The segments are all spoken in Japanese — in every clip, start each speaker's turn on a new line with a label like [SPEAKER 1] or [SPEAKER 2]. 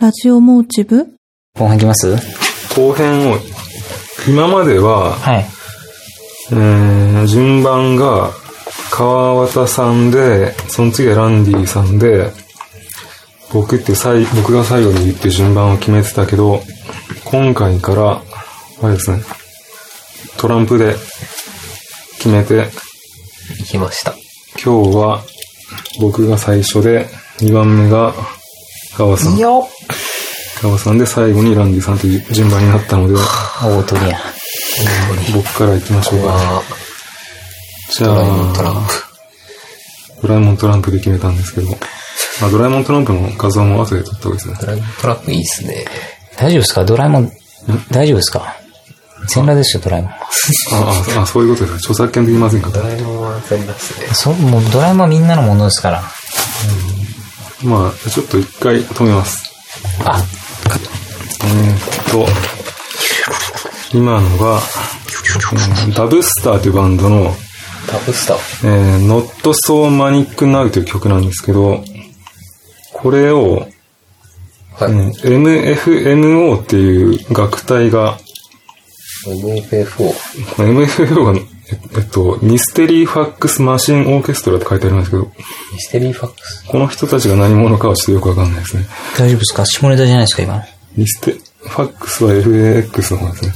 [SPEAKER 1] ラジオモーチブ
[SPEAKER 2] 後半いきます
[SPEAKER 3] 後編を、今までは、
[SPEAKER 2] はい。
[SPEAKER 3] えー、順番が、川端さんで、その次はランディさんで、僕って最、僕が最後に言って順番を決めてたけど、今回から、あれですね、トランプで決めて、
[SPEAKER 2] 行きました。
[SPEAKER 3] 今日は僕が最初で、2番目が川さん。
[SPEAKER 2] よ
[SPEAKER 3] 川さんで最後にランディさんという順番になったので、
[SPEAKER 2] 大鳥や。
[SPEAKER 3] 僕から行きましょうか。
[SPEAKER 2] あ
[SPEAKER 3] じゃあ、
[SPEAKER 2] トラン
[SPEAKER 3] ドラえもんトランプで決めたんですけど、まあ、ドラえもんトランプの画像も後で撮った方がいいですね
[SPEAKER 4] ト。ランプトラップいいっすね。
[SPEAKER 2] 大丈夫ですかドラえもん、大丈夫ですか全裸ですよ、ドラえもん。
[SPEAKER 3] ああ、あ、そういうことですね。著作権できませんか
[SPEAKER 4] ドラえもんは全部っすね。
[SPEAKER 2] そ、もうドラえもんはみんなのものですから。
[SPEAKER 3] まあ、ちょっと一回止めます。
[SPEAKER 2] あ、
[SPEAKER 3] えーっと、今のが、うんダブスターというバンドの、
[SPEAKER 4] ダブスター。
[SPEAKER 3] えー、Not So Manic Now という曲なんですけど、これを、
[SPEAKER 4] はい。
[SPEAKER 3] うん MFMO っていう楽隊が、
[SPEAKER 4] MFFO。
[SPEAKER 3] この MFMO が、えっと、ミステリーファックスマシンオーケストラって書いてあるんですけど、
[SPEAKER 4] ミステリーファックス。
[SPEAKER 3] この人たちが何者かはちょっとよくわかんないですね。
[SPEAKER 2] 大丈夫ですか下ネタじゃないですか、今。
[SPEAKER 3] ミステ、ファックスは FAX の方ですね。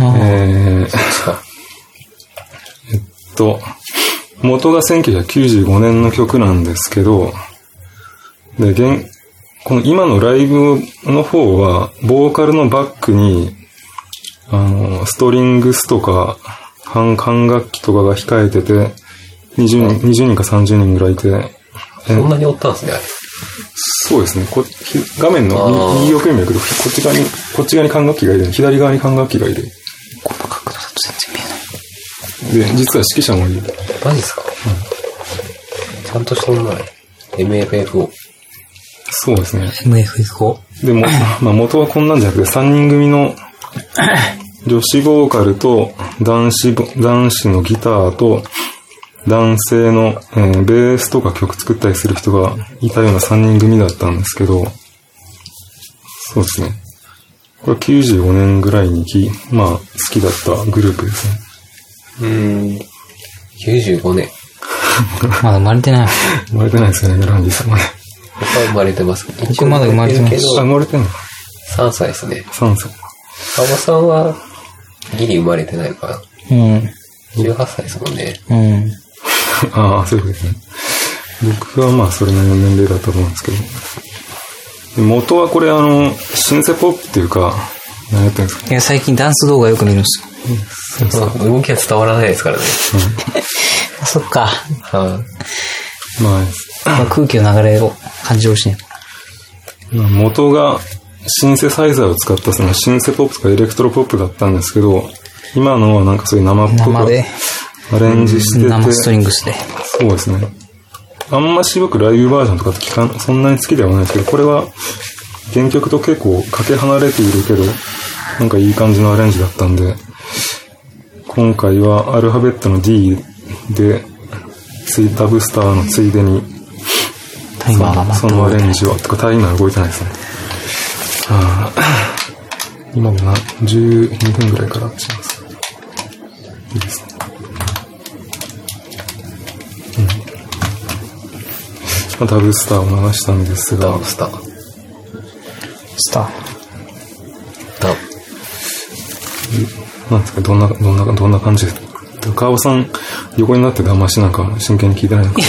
[SPEAKER 2] あ
[SPEAKER 3] えー、
[SPEAKER 4] 確か。
[SPEAKER 3] えっと、元が1995年の曲なんですけど、で、現、この今のライブの方は、ボーカルのバックに、あの、ストリングスとか、半管楽器とかが控えてて、20人、20人か30人ぐらいいて、え
[SPEAKER 4] そんなにおったんすね、あれ。
[SPEAKER 3] そうですね。こひ画面の
[SPEAKER 4] あー
[SPEAKER 3] 右奥に見るけど、こっち側に、こっち側に管楽器がいる。左側に管楽器がいる。で、実は指揮者もいる。
[SPEAKER 4] マジっすか、ちゃんとしたものない。MFFO。
[SPEAKER 3] そうですね。
[SPEAKER 2] MFFO。
[SPEAKER 3] でも、まあ元はこんなんじゃなくて、3人組の女子ボーカルと男子ボ、男子のギターと男性の、えーベースとか曲作ったりする人がいたような3人組だったんですけど、そうですね。これ95年ぐらいにき、まあ好きだったグループですね。
[SPEAKER 4] うーん。95年。
[SPEAKER 2] まだ生まれてない。
[SPEAKER 3] 生まれてないですよね、ランディさんはね。
[SPEAKER 4] 僕は生まれてます。
[SPEAKER 2] 僕まだ生まれてない
[SPEAKER 4] け
[SPEAKER 3] あ、生
[SPEAKER 4] ど、
[SPEAKER 3] まれてんの
[SPEAKER 4] 3歳ですね。
[SPEAKER 3] ?3 歳。
[SPEAKER 4] 川端さんは、ギリ生まれてないのかな。
[SPEAKER 2] うん。
[SPEAKER 4] 18歳ですもんね。
[SPEAKER 2] うん。
[SPEAKER 3] ああ、そういうことですね。僕はまあ、それなりの年齢だったと思うんですけど。で元はこれ、あの、シンセポップっていうか、何やってるんですか
[SPEAKER 2] いや、最近ダンス動画よく見るんですよ。
[SPEAKER 4] そう動きは伝わらないですからね。
[SPEAKER 2] あ、そっ か。
[SPEAKER 4] は
[SPEAKER 3] まあ、
[SPEAKER 2] まあ空気の流れを感じてほしいね。
[SPEAKER 3] まあ元がシンセサイザーを使ったそのシンセポップとかエレクトロポップだったんですけど、今のはなんかそういう生っぽ
[SPEAKER 2] 生
[SPEAKER 3] く
[SPEAKER 2] で、
[SPEAKER 3] アレンジしてて、
[SPEAKER 2] 生ストリングスで。
[SPEAKER 3] そうですね。あんましよくライブバージョンとかって聞かん、そんなに好きではないですけど、これは原曲と結構かけ離れているけど、なんかいい感じのアレンジだったんで、今回はアルファベットの D で、ついダブスターのついでに、
[SPEAKER 2] タイマーが待
[SPEAKER 3] そ
[SPEAKER 2] って
[SPEAKER 3] の
[SPEAKER 2] も
[SPEAKER 3] ア
[SPEAKER 2] ら
[SPEAKER 3] レンジは、とかタイマー動いてないですね。あー今もな、12分ぐらいからします。いいですね。うん。まあダブスターを流したんです
[SPEAKER 4] い。ダ
[SPEAKER 3] が、
[SPEAKER 4] ンスタ。
[SPEAKER 2] スター。
[SPEAKER 4] ダン。
[SPEAKER 3] なんですか、どんな、どんな、どんな感じですか川尾さん、横になって騙しなんか真剣に聞いてないのかな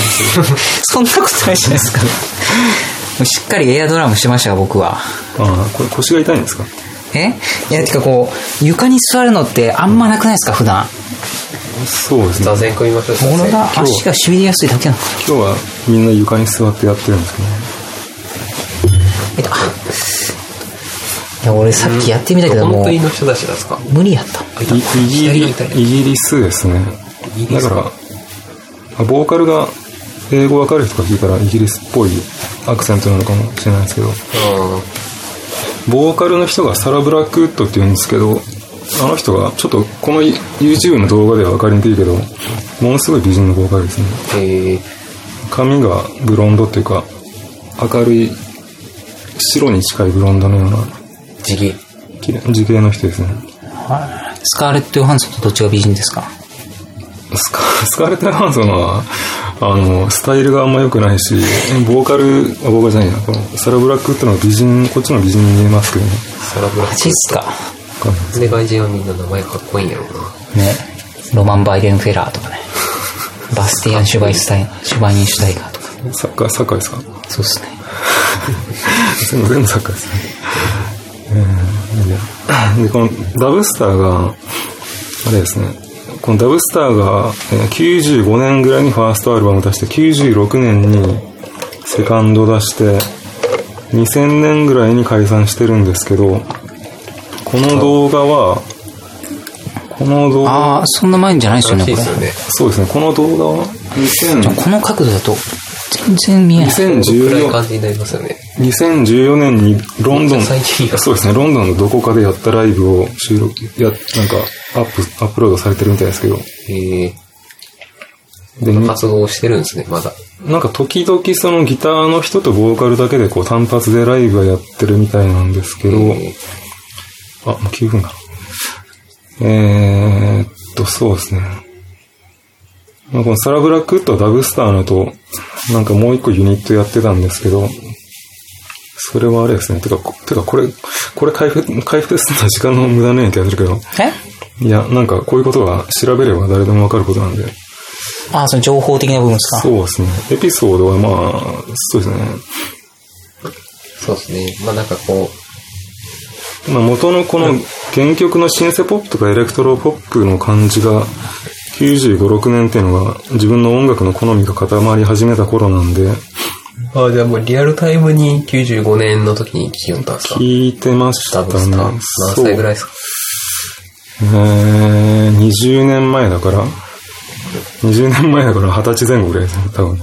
[SPEAKER 2] そんなことないじゃない ですか。しっかりエアドラムしてましたよ、僕は。
[SPEAKER 3] ああ、これ腰が痛いんですか
[SPEAKER 2] えいや、てかこう、床に座るのってあんまなくないですか、普段。
[SPEAKER 3] そうですね
[SPEAKER 4] 座。禅組みましょう。
[SPEAKER 2] もの
[SPEAKER 4] 座禅
[SPEAKER 2] が、足が痺れやすいだけなのかな。
[SPEAKER 3] 今日はみんな床に座ってやってるんですけどね。
[SPEAKER 2] えっと、あいや、俺さっきやってみたけど、
[SPEAKER 4] ど
[SPEAKER 2] も
[SPEAKER 4] の
[SPEAKER 2] う
[SPEAKER 4] 国、の人たちなんですか
[SPEAKER 2] 無理やった。
[SPEAKER 4] あいた
[SPEAKER 3] イイギ
[SPEAKER 4] 左が
[SPEAKER 3] リ
[SPEAKER 4] いたね
[SPEAKER 3] イギリスですね。
[SPEAKER 4] イギ
[SPEAKER 3] だ
[SPEAKER 4] リス
[SPEAKER 3] から、あボーカルが英語わかる人が聞いたらイギリスっぽいアクセントなのかもしれないですけど、
[SPEAKER 4] うん。
[SPEAKER 3] ボーカルの人がサラ・ブラックウッドって言うんですけど、あの人が、ちょっとこの YouTube の動画ではわかりにくいけど、ものすごい美人のボーカルですね。
[SPEAKER 4] えー、
[SPEAKER 3] 髪がブロンドっていうか、明るい白に近いブロンドのような、
[SPEAKER 4] 地毛。
[SPEAKER 3] 綺麗地形の人ですね。
[SPEAKER 2] スカーレット・ヨハンソンとどっちが美人ですか
[SPEAKER 3] スカスカーレット・ヨハンソンは、あの、スタイルがあんま良くないし、ボーカル、あボーカルじゃないな、このサラ・ブラックってのは美人、こっちの美人に見えますけどね。
[SPEAKER 4] サラブラ
[SPEAKER 2] マジっすか。
[SPEAKER 3] わかんないです
[SPEAKER 4] で、外人はみんな名前かっこいいんやろうな。
[SPEAKER 2] ね。ロマン・バイデン・フェラーと かね。バスティアン・シュバイスタイン、シュバイン・シュタイガーとか。
[SPEAKER 3] サッカー、サッカーですか
[SPEAKER 2] そうですね。
[SPEAKER 3] 全部、全部サッカーですね。えーで、このダブスターが、あれですね、このダブスターがえー95年ぐらいにファーストアルバムを出して、96年にセカンド出して、2000年ぐらいに解散してるんですけど、この動画は、この動画、
[SPEAKER 2] ああ、そんな前んじゃないですよね、
[SPEAKER 4] 楽
[SPEAKER 2] こ
[SPEAKER 4] しい
[SPEAKER 2] れ。
[SPEAKER 4] です
[SPEAKER 2] じ
[SPEAKER 3] そう
[SPEAKER 4] よね。
[SPEAKER 3] ですね、この動画は
[SPEAKER 2] ゃあ
[SPEAKER 3] 2000
[SPEAKER 2] この角度だと、全然見えない。
[SPEAKER 4] 暗い
[SPEAKER 3] 2014
[SPEAKER 4] 感じになりますよね。
[SPEAKER 3] 2014年にロンドン、
[SPEAKER 4] めっちゃ最近や
[SPEAKER 3] そうですね、ロンドンのどこかでやったライブを収録、や、なんか、アップ、アップロードされてるみたいですけど。
[SPEAKER 4] へえ
[SPEAKER 3] で、に
[SPEAKER 4] 活動してるんですね、まだ。
[SPEAKER 3] なんか時々そのギターの人とボーカルだけでこう単発でライブはやってるみたいなんですけど、
[SPEAKER 4] え
[SPEAKER 3] あ、もう9分だ。えーっと、そうですね。まあこのサラブラックウッドはダブスターのと、なんかもう一個ユニットやってたんですけど、それはあれですね。てか、こてかこれ、これ回復、回復するのは時間の無駄ねえ気がするけど、
[SPEAKER 2] え
[SPEAKER 3] いや、なんかこういうことは調べれば誰でもわかることなんで、
[SPEAKER 2] ああ、その情報的な部分ですか
[SPEAKER 3] そうですね。エピソードはまあ、そうですね。
[SPEAKER 4] そうですね。まあなんかこ
[SPEAKER 3] まあ、元のこの原曲のシンセポップとかエレクトロポップの感じが95、6年っていうのが自分の音楽の好みが固まり始めた頃なんで、
[SPEAKER 4] う、ああ、じゃあもうリアルタイムに95年の時に聞きよったんですか
[SPEAKER 3] 聞いてまし
[SPEAKER 4] ダ
[SPEAKER 3] た
[SPEAKER 4] ブス
[SPEAKER 3] ね
[SPEAKER 4] ター。何歳ぐらい
[SPEAKER 3] い
[SPEAKER 4] ですか
[SPEAKER 3] えー、20年前だから、20年前だから20歳前後ぐらいですね、多分。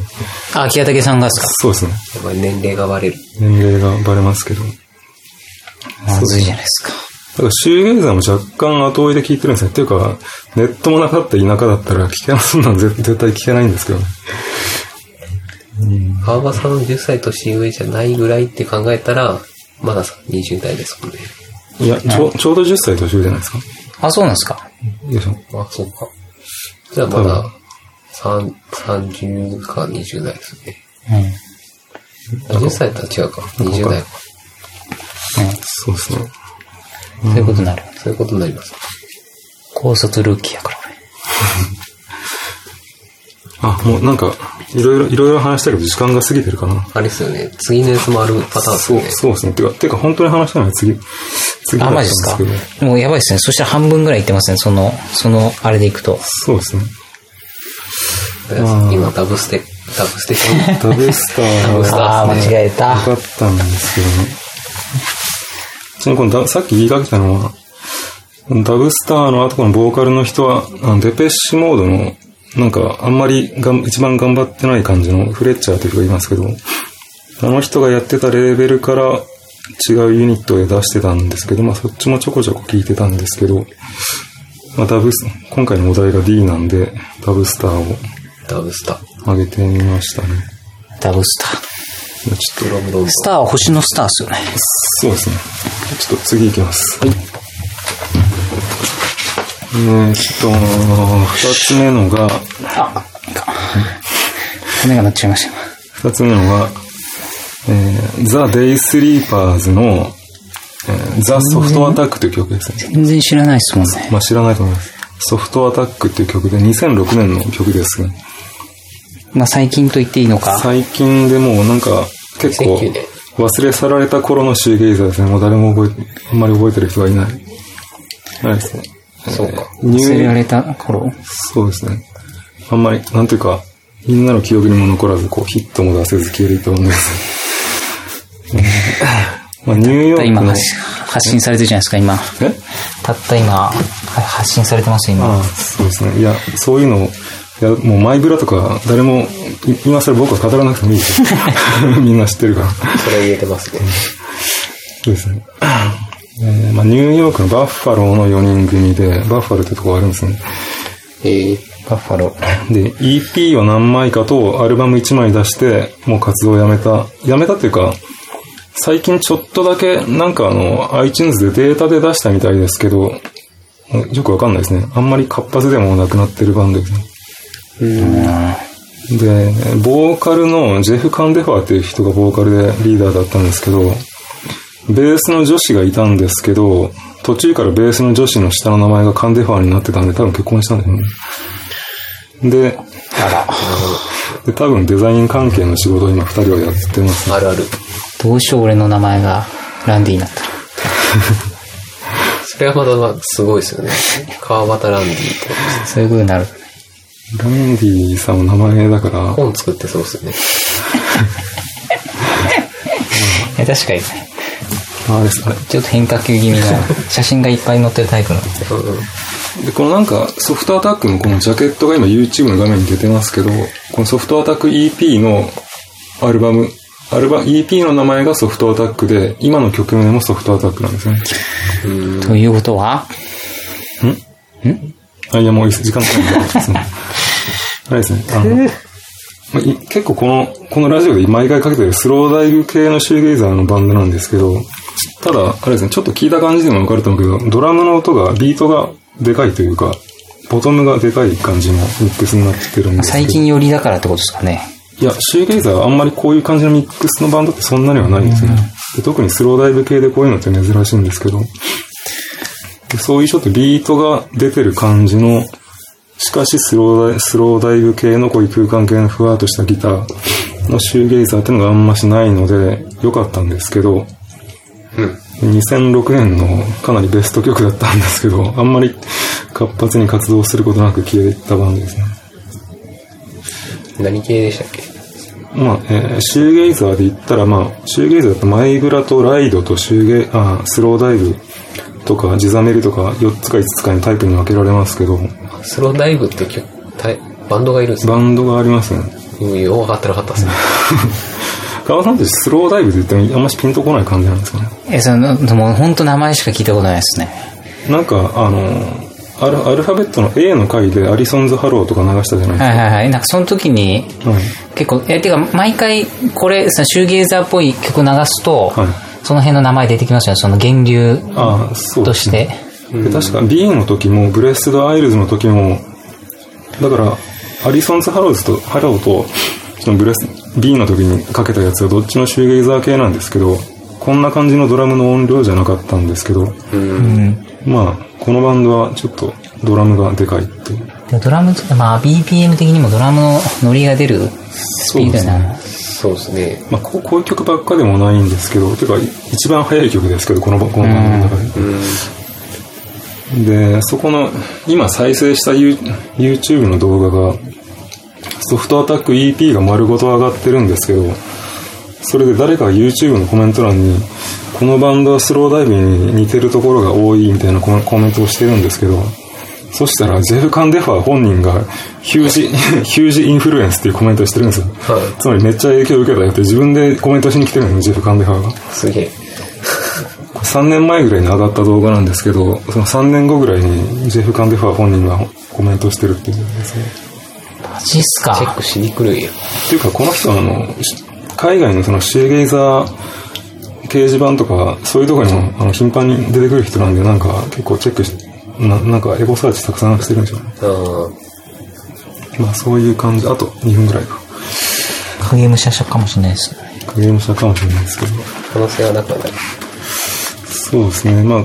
[SPEAKER 2] あ、秋竹さんがですか
[SPEAKER 3] そうですね。
[SPEAKER 4] やっぱり年齢がバレる。
[SPEAKER 3] 年齢がバレますけど。
[SPEAKER 2] まずいじゃないですか。
[SPEAKER 3] だからシューゲイザーも若干後追いで聞いてるんですね。っていうか、ネットもなかった田舎だったら聞けなそんなん絶 絶対聞けないんですけどね。
[SPEAKER 4] 川場さん10歳年上じゃないぐらいって考えたら、まださ、20代ですもんね。
[SPEAKER 3] いや、ちょちょうど10歳年上じゃないですか。
[SPEAKER 2] あ、そうなんですか。
[SPEAKER 3] よいしょ。
[SPEAKER 4] あ、そうか。じゃあまだ、三30か20代ですね。
[SPEAKER 2] うん。
[SPEAKER 4] あ10歳とは違うか。20代か。
[SPEAKER 3] そうですね。
[SPEAKER 2] そういうことになる。
[SPEAKER 4] そういうことになります。
[SPEAKER 2] 高卒ルーキーやから、俺。
[SPEAKER 3] あ、もうなんか、いろいろ、いろいろ話したけど時間が過ぎてるかな。
[SPEAKER 4] あれですよね。次のやつもあるパターンです
[SPEAKER 3] そ
[SPEAKER 4] よ
[SPEAKER 3] う、
[SPEAKER 4] ね。
[SPEAKER 3] そうですね。てか、てか本当に話したのは次、次だ
[SPEAKER 2] あ、
[SPEAKER 3] ったん
[SPEAKER 2] マ
[SPEAKER 3] で
[SPEAKER 2] ジです
[SPEAKER 3] す
[SPEAKER 2] か
[SPEAKER 3] けど。
[SPEAKER 2] もうやばいですね。そしたら半分ぐらいいってますね。その、その、あれでいくと。
[SPEAKER 3] そうですね。
[SPEAKER 4] うん今、ダブステ、ダブステ。
[SPEAKER 3] ダブスター
[SPEAKER 4] そうですね
[SPEAKER 2] ああ、間違えた。
[SPEAKER 3] よかったんですけどね。ちなみにこのダさっき言いかけたのは、ダブスターの後このボーカルの人は、あのデペッシュモードの、なんかあんまりがん一番頑張ってない感じのフレッチャーという人がいますけど、あの人がやってたレーベルから違うユニットで出してたんですけど、まあそっちもちょこちょこ聞いてたんですけど、まあダブス、今回のお題が D なんで、ダブスターを
[SPEAKER 4] ダブスタ。
[SPEAKER 3] 上げてみましたね。
[SPEAKER 2] ダブスター。
[SPEAKER 3] いやちょっと
[SPEAKER 4] ドロムロム。
[SPEAKER 2] スターは星のスターですよね。
[SPEAKER 3] そうですね。ちょっと次行きます。はい。えーっと、二つ目のが、
[SPEAKER 2] あ、いいか。骨が鳴っちゃいました。
[SPEAKER 3] 二つ目のが、えー、ザ・デイ・スリーパーズの、えーザ・ソフト・アタックという曲ですね。
[SPEAKER 2] 全然知らないですもんね。
[SPEAKER 3] まあ知らないと思います。ソフト・アタックっていう曲で2006年の曲ですね。
[SPEAKER 2] まあ最近と言っていいのか。
[SPEAKER 3] 最近でもうなんか結構
[SPEAKER 4] 2009年
[SPEAKER 3] 忘れ去られた頃のシューゲイザーですね。もう誰も覚えて、あんまり覚えてる人がいない。あれですね。
[SPEAKER 4] そうか。
[SPEAKER 3] ニ
[SPEAKER 2] 忘
[SPEAKER 3] ュ
[SPEAKER 2] れ
[SPEAKER 3] ー
[SPEAKER 2] られた頃。
[SPEAKER 3] そうですね。あんまり、なんていうか、みんなの記憶にも残らず、こう、ヒットも出せず消えると思う んです。うんまあ、ニューヨー
[SPEAKER 2] 今
[SPEAKER 3] クの、
[SPEAKER 2] 発発信されてるじゃないですか、今。
[SPEAKER 3] え
[SPEAKER 2] たった今、は発信されてますよ、今。
[SPEAKER 3] ああ、そうですね。いや、そういうのを、いや、もうマイブラとか、誰も、い今更僕は語らなくてもいい です。みんな知ってるから。
[SPEAKER 4] それ言えてますね。
[SPEAKER 3] そうですね。えーまあ、ニューヨークのバッファローの4人組で、バッファローってとこがあるんですね。
[SPEAKER 4] ええ。
[SPEAKER 2] バッファロー。
[SPEAKER 3] で、EP を何枚かとアルバム1枚出して、もう活動をやめた。やめたっていうか、最近ちょっとだけ、なんかあの、iTunes でデータで出したみたいですけど、よくわかんないですね。あんまり活発でもなくなってるバンドですね。で、ボーカルのジェフ・カンデファーっていう人がボーカルでリーダーだったんですけど、ベースの女子がいたんですけど、途中からベースの女子の下の名前がカンデファーになってたんで、多分結婚したんですよね。で、で多分デザイン関係の仕事を今二人はやってますね。
[SPEAKER 4] あるある。
[SPEAKER 2] どうしよう俺の名前がランディになったら。
[SPEAKER 4] それはまだまあすごいですよね。川端ランディとかですね。
[SPEAKER 2] そういう風になる。
[SPEAKER 3] ランディさんの名前だから、
[SPEAKER 4] 本作ってそうですよね。
[SPEAKER 2] いや確かに。
[SPEAKER 3] あれですね。
[SPEAKER 2] ちょっと変化球 気味な、写真がいっぱい載ってるタイプの。
[SPEAKER 4] うんうん。
[SPEAKER 3] で、このなんか、ソフトアタックのこのジャケットが今 YouTube の画面に出てますけど、このソフトアタック EP のアルバム、アルバ、EP の名前がソフトアタックで、今の曲名もソフトアタックなんですね。
[SPEAKER 2] ということは
[SPEAKER 3] あ、いや、もういいです。時間かかるんですね。あれですね。あの、まい結構この、このラジオで毎回かけてるスローダイブ系のシューゲイザーのバンドなんですけど、ただ、あれですね、ちょっと聞いた感じでもわかると思うけど、ドラムの音が、ビートがでかいというか、ボトムがでかい感じのミックスになってるんですけど。
[SPEAKER 2] 最近寄りだからってことですかね。
[SPEAKER 3] いや、シューゲイザーはあんまりこういう感じのミックスのバンドってそんなにはないんですね。で特にスローダイブ系でこういうのって珍しいんですけど、でそういうちょっとビートが出てる感じの、しかしスローダイスローダイブ系のこういう空間系のふわっとしたギターのシューゲイザーってのがあんましないので、良かったんですけど、
[SPEAKER 4] うん。
[SPEAKER 3] 2006年のかなりベスト曲だったんですけど、あんまり活発に活動することなく消えたバンドですね。
[SPEAKER 4] 何系でしたっけ
[SPEAKER 3] まあ、えーシューゲイザーで言ったら、まあ、シューゲイザーだとマイグラとライドとシューゲイ、あースローダイブとか、ジザメルとか、4つか5つかにタイプに分けられますけど、
[SPEAKER 4] スローダイブって曲、タイバンドがいるんですね。
[SPEAKER 3] バンドがありますね。
[SPEAKER 4] うん、よう分かってなかったですね。
[SPEAKER 3] 川さんたちスローダイブって言ってもあんましピンとこない感じなんですかね。
[SPEAKER 2] え、その、もう本当名前しか聞いたことないですね。
[SPEAKER 3] なんか、あのーアル、アルファベットの A の回でアリソンズハローとか流したじゃない
[SPEAKER 2] はいはいはい。なんかその時に、
[SPEAKER 3] です
[SPEAKER 2] 結構、え、てか毎回これ、そのシューゲイザーっぽい曲流すと、
[SPEAKER 3] か。はい。はい。
[SPEAKER 2] その辺の名前出てきますよね。その源流
[SPEAKER 3] ああ、そう
[SPEAKER 2] と
[SPEAKER 3] で
[SPEAKER 2] し
[SPEAKER 3] すね。
[SPEAKER 2] て。
[SPEAKER 3] で確か B の時もブレスドアイルズの時もだからアリソンズ・ハローズとハローとそのブレス B の時にかけたやつはどっちのシューゲイザー系なんですけどこんな感じのドラムの音量じゃなかったんですけど
[SPEAKER 2] うん。
[SPEAKER 3] まあこのバンドはちょっとドラムがでかいっていう
[SPEAKER 2] でもドラム、まあ BPM 的にもドラムのノリが出るスピードやな。
[SPEAKER 4] そうですね。
[SPEAKER 3] まあこうこういう曲ばっかでもないんですけどてかい一番早い曲ですけどこのこのバンドの中で
[SPEAKER 4] うん。
[SPEAKER 3] で、そこの、今再生した You- YouTube の動画が、ソフトアタック EP が丸ごと上がってるんですけど、それで誰かが YouTube のコメント欄に、このバンドはスローダイブに似てるところが多いみたいなコメコメントをしてるんですけど、そしたらジェフ・カンデファー本人がヒュージ、 ヒュージインフルエンスっていうコメントをしてるんですよ。
[SPEAKER 4] は
[SPEAKER 3] つまりめっちゃ影響を受けたよって自分でコメントしに来てるんですよ、ジェフ・カンデファーが。
[SPEAKER 4] い。すげえ。
[SPEAKER 3] 3年前ぐらいに上がった動画なんですけど、その3年後ぐらいにジェフ・カンデファー本人がコメントしてるっていうんですね。
[SPEAKER 2] マジっす
[SPEAKER 4] チェッ
[SPEAKER 2] か。
[SPEAKER 4] クしにくるんや。
[SPEAKER 3] っていうか、この人はあの、し海外のそのシーゲイザー掲示板とか、そういうところにもあの頻繁に出てくる人なんで、なんか結構チェックし、ななんかエゴサーチたくさんしてるんでしょうね。
[SPEAKER 4] うん。
[SPEAKER 3] まあそういう感じ、あと2分ぐらいか。
[SPEAKER 2] 影武者者かもしれないです。
[SPEAKER 3] 影武者かもしれないですけど。
[SPEAKER 4] 可能性はなくはない。
[SPEAKER 3] そうですね、まあ、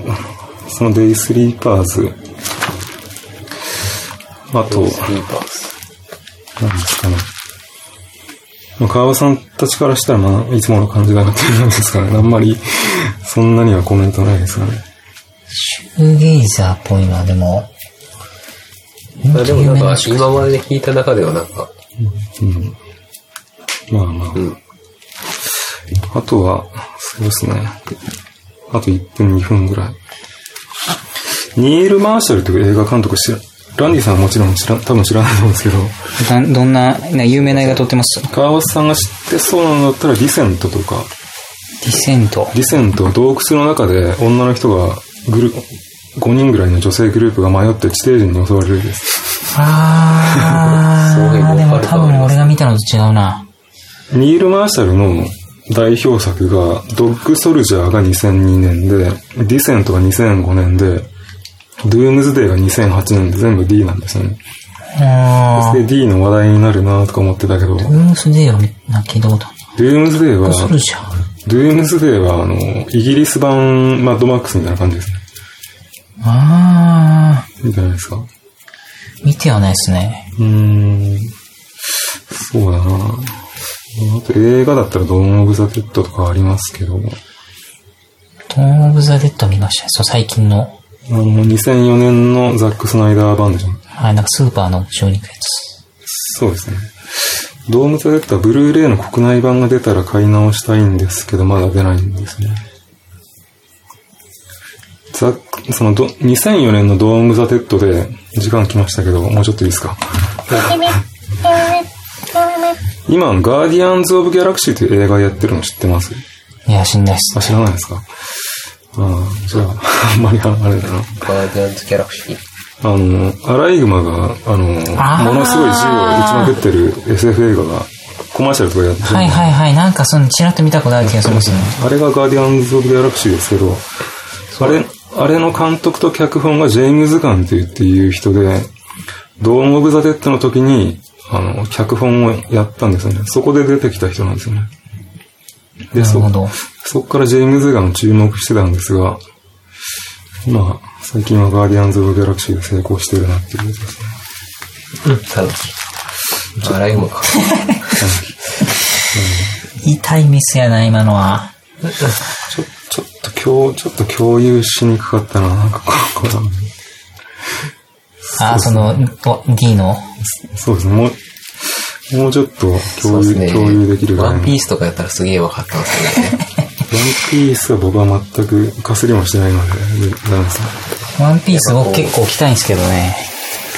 [SPEAKER 3] そのデイスリーパーズ、あと、
[SPEAKER 4] スリーパース。
[SPEAKER 3] なんですかね。まあ川場さんたちからしたら、まあ、いつもの感じだなっていう感じですかね。あんまり、そんなにはコメントないですかね。
[SPEAKER 2] シューゲイザーっぽいのはでも、
[SPEAKER 4] まあでもなんか、今まで聞いた中ではなんか、
[SPEAKER 3] まあまあ。
[SPEAKER 4] ん
[SPEAKER 3] あとは、そうですね。あと1分、2分ぐらい。ニール・マーシャルという映画監督知ら、ランディさんはもちろん知ら、多分知らないと思うんですけど、
[SPEAKER 2] どんどんな、な有名な映画撮ってますデ
[SPEAKER 3] 川場さんが知ってそうなのだったら、ディセントとか、
[SPEAKER 2] ィセント。
[SPEAKER 3] ディセント洞窟の中で女の人がグル5人ぐらいの女性グループが迷って地底人に襲われるです。
[SPEAKER 2] あ
[SPEAKER 4] すごい
[SPEAKER 2] ー、
[SPEAKER 4] ボー
[SPEAKER 2] で
[SPEAKER 4] カ
[SPEAKER 2] も 多
[SPEAKER 4] ル感あります
[SPEAKER 2] 分俺が見たのと違うな。
[SPEAKER 3] ニール・マーシャルの代表作が、ドッグソルジャーが2002年で、ディセントが2005年で、ドゥームズデイが2008年で全部 D なんですよね。
[SPEAKER 2] あ
[SPEAKER 3] で、D の話題になるなとか思ってたけど、ド
[SPEAKER 2] ー。うん、すげえよ、な、聞いたことある。
[SPEAKER 3] ゥームズデイは、
[SPEAKER 2] ソルジャー。
[SPEAKER 3] ドゥームズデイは、あの、イギリス版マッドマックスみたいな感じですね。
[SPEAKER 2] あ
[SPEAKER 3] みたいですか。
[SPEAKER 2] ー、見てはないですね。
[SPEAKER 3] うーん。そうだなあと映画だったらドーン・オブ・ザ・デッドとかありますけど、あ
[SPEAKER 2] トーンオブザ・デッド見ましたね。そう、最近の。
[SPEAKER 3] の、2004年のザック・スナイダー版でしょ。
[SPEAKER 2] はい、なんかスーパーの小肉や
[SPEAKER 3] そうですね。ドーム・ザ・デッドはブルーレイの国内版が出たら買い直したいんですけど、まだ出ないんですね。ザそのど、2004年のドーム・ザ・デッドで、時間来ましたけど、もうちょっといいですか。今、ガーディアンズ・オブ・ギャラクシーという映画やってるの知ってます
[SPEAKER 2] つ。いや、死んだっす
[SPEAKER 3] あ、。知らないですかああ、じゃあ、あんまりああれだな。
[SPEAKER 4] ガーディアンズ・ギャラクシー。
[SPEAKER 3] あの、アライグマが、あ
[SPEAKER 2] あ
[SPEAKER 3] の、
[SPEAKER 2] ー
[SPEAKER 3] ものすごい銃を撃ちまくってる SF 映画が、コマーシャルとかやってる、
[SPEAKER 2] はいはいはい。なんかその、ちらっと見たことある気がするんですよね。
[SPEAKER 3] あれがガーディアンズ・オブ・ギャラクシーですけど、あれ、あれの監督と脚本がジェームズ・ガンっていうっていう人で、ドーン・オブ・ザ・デッドの時に、あの、脚本をやったんですよね。そこで出てきた人なんですよね。で、
[SPEAKER 2] なる
[SPEAKER 3] そ
[SPEAKER 2] ほど。
[SPEAKER 3] そこからジェームズ・ガン注目してたんですが、まあ、最近はガーディアンズ・オブ・ギャラクシーで成功してるなっていうことですね。
[SPEAKER 4] タヌキ。アライグマか。
[SPEAKER 2] 痛いミスやな、今のは。
[SPEAKER 3] ちょ、ちょっと共、ちょっと共有しにくかったな、なんかこう、こう
[SPEAKER 2] あー、その、お D の。
[SPEAKER 3] そうですね、もう、もうちょっと共有、共有できるぐらい
[SPEAKER 4] ワ
[SPEAKER 3] の。
[SPEAKER 4] ンピースとかやったらすげえ分かったんですけど
[SPEAKER 3] ワ
[SPEAKER 4] ね。
[SPEAKER 3] ンピースは僕は全くかすりもしてないので、ダメですね。
[SPEAKER 2] ワンピース僕結構着たいんですけどね。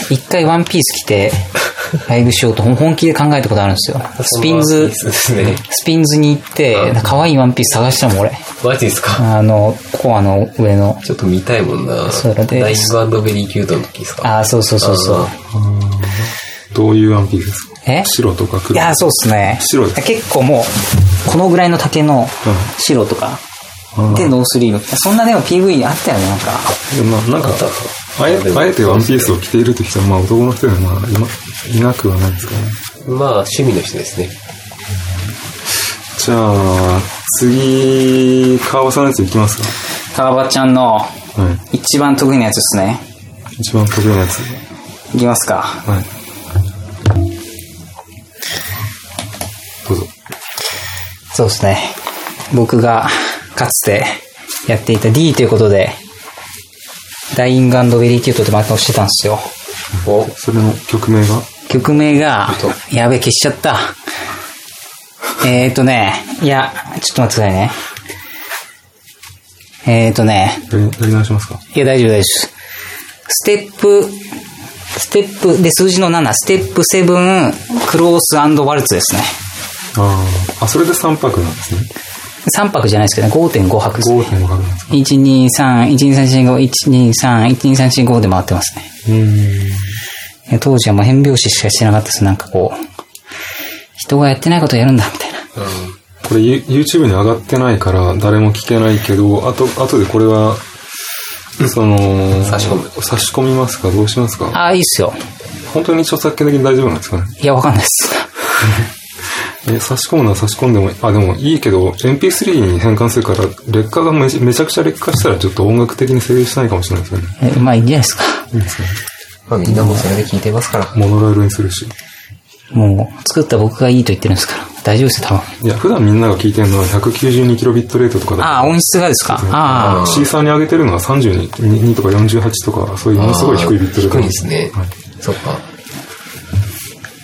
[SPEAKER 2] 一回ワンピース着て、ライブしようと本気で考えたことあるん ですよ。スピンズ、
[SPEAKER 4] そうですね。
[SPEAKER 2] スピンズに行って、可愛いワンピース探したもん、俺。
[SPEAKER 4] マジですか
[SPEAKER 2] あの、コアの上の。
[SPEAKER 4] ちょっと見たいもんな。
[SPEAKER 2] それで
[SPEAKER 4] ダイブベリーキュートの時ですか
[SPEAKER 2] あー、そうそうそうそう。
[SPEAKER 3] どういうワンピースですか
[SPEAKER 2] え
[SPEAKER 3] 白とか
[SPEAKER 2] い
[SPEAKER 3] 黒。
[SPEAKER 2] やー、そうっすね。
[SPEAKER 3] 白です
[SPEAKER 2] 結構もう、このぐらいの丈の白とか。
[SPEAKER 3] うん
[SPEAKER 2] で、ノースリーブ。そんなでも PV あったよね、なんか。
[SPEAKER 3] でもまあ、なんか、あえあえてワンピースを着ているという人は、まあ男の人でもまあいま、いなくはないですかね。
[SPEAKER 4] まあ、趣味の人ですね。
[SPEAKER 3] じゃあ、次、川端さんのやついきます
[SPEAKER 2] 川場ちゃんの
[SPEAKER 3] か。はい。
[SPEAKER 2] 一番得意なやつですね。
[SPEAKER 3] 一番得意なやつ。
[SPEAKER 2] いきますか。
[SPEAKER 3] はい。どうぞ。
[SPEAKER 2] そうですね。僕がかつてやっていた D ということで、ダイイングベリーキュートってマーカーをしてたんですよ。
[SPEAKER 4] お、
[SPEAKER 3] それの曲名が
[SPEAKER 2] 曲名が、やべ、消しちゃった。えーとね、いや、ちょっと待ってくださいね。えーとね、
[SPEAKER 3] やりやり直しますか
[SPEAKER 2] いや、大丈夫、大丈夫です。ステップ、ステップ、で、数字の7、ステップ7、クロースワルツですね。
[SPEAKER 3] ああ。あ、それで3拍なんですね。
[SPEAKER 2] 3泊じゃないですけどね、5.5泊ですね。
[SPEAKER 3] 5.5拍なんですか。
[SPEAKER 2] 123,123,4,5,1,2,3,1,2,3,4,5で回ってますね。
[SPEAKER 3] うーん。
[SPEAKER 2] え当時はもう変拍子しかしてなかったです。なんかこう、人がやってないことをやるんだ、みたいな。
[SPEAKER 3] これ You- YouTube に上がってないから誰も聞けないけど、あと、あとでこれは、その、
[SPEAKER 4] 差し込む
[SPEAKER 3] 差し込みますかどうしますか
[SPEAKER 2] ああ、いいっすよ。
[SPEAKER 3] 本当に著作権的に大丈夫なんですかね
[SPEAKER 2] いや、わかんないです。
[SPEAKER 3] え、差し込むのは差し込んでも、あ、でもいいけど、MP3 に変換するから、劣化がめちめちゃくちゃ劣化したらちょっと音楽的に成立しないかもしれないですよね。
[SPEAKER 2] えまあ、いいんじゃないですか。
[SPEAKER 3] いいですね。
[SPEAKER 4] まあみんなもそれで聞いてますから。
[SPEAKER 3] モノラルにするし。
[SPEAKER 2] もう、作った僕がいいと言ってるんですから。大丈夫ですよ、多分。
[SPEAKER 3] いや、普段みんなが聞いてるのは 192kb レートとかだ
[SPEAKER 2] ああ、音質がですか。ああ、
[SPEAKER 3] シーサーに上げてるのは32 2とか48とか、そういうものすごい低いビットレート
[SPEAKER 4] 低いですね。
[SPEAKER 3] はい
[SPEAKER 4] そっか。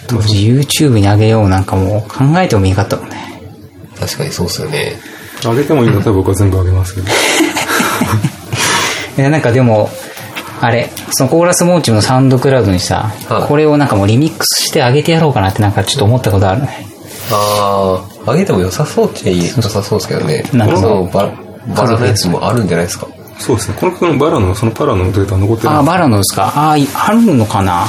[SPEAKER 2] 当時 YouTube に上げようなんかもう考えてもいいかったもんね。
[SPEAKER 4] 確かにそうっすよね。
[SPEAKER 3] 上げてもいいんだったら僕は全部上げますけど。
[SPEAKER 2] いや、なんかでも、あれ、そのコーラスモーチのサウンドクラウドにさ、
[SPEAKER 4] はい
[SPEAKER 2] これをなんかもうリミックスして上げてやろうかなってなんかちょっと思ったことあるね。
[SPEAKER 4] ああ、あげても良さそうっちゃ良さそうですけどね。
[SPEAKER 2] なるほど
[SPEAKER 4] そのバラ、バラのやつもあるんじゃないですか。
[SPEAKER 3] そうですね。この曲のバラの、そのパラのデータ残ってる
[SPEAKER 2] ああ、
[SPEAKER 3] んで
[SPEAKER 2] バラのですか。ああ、いあるのかな。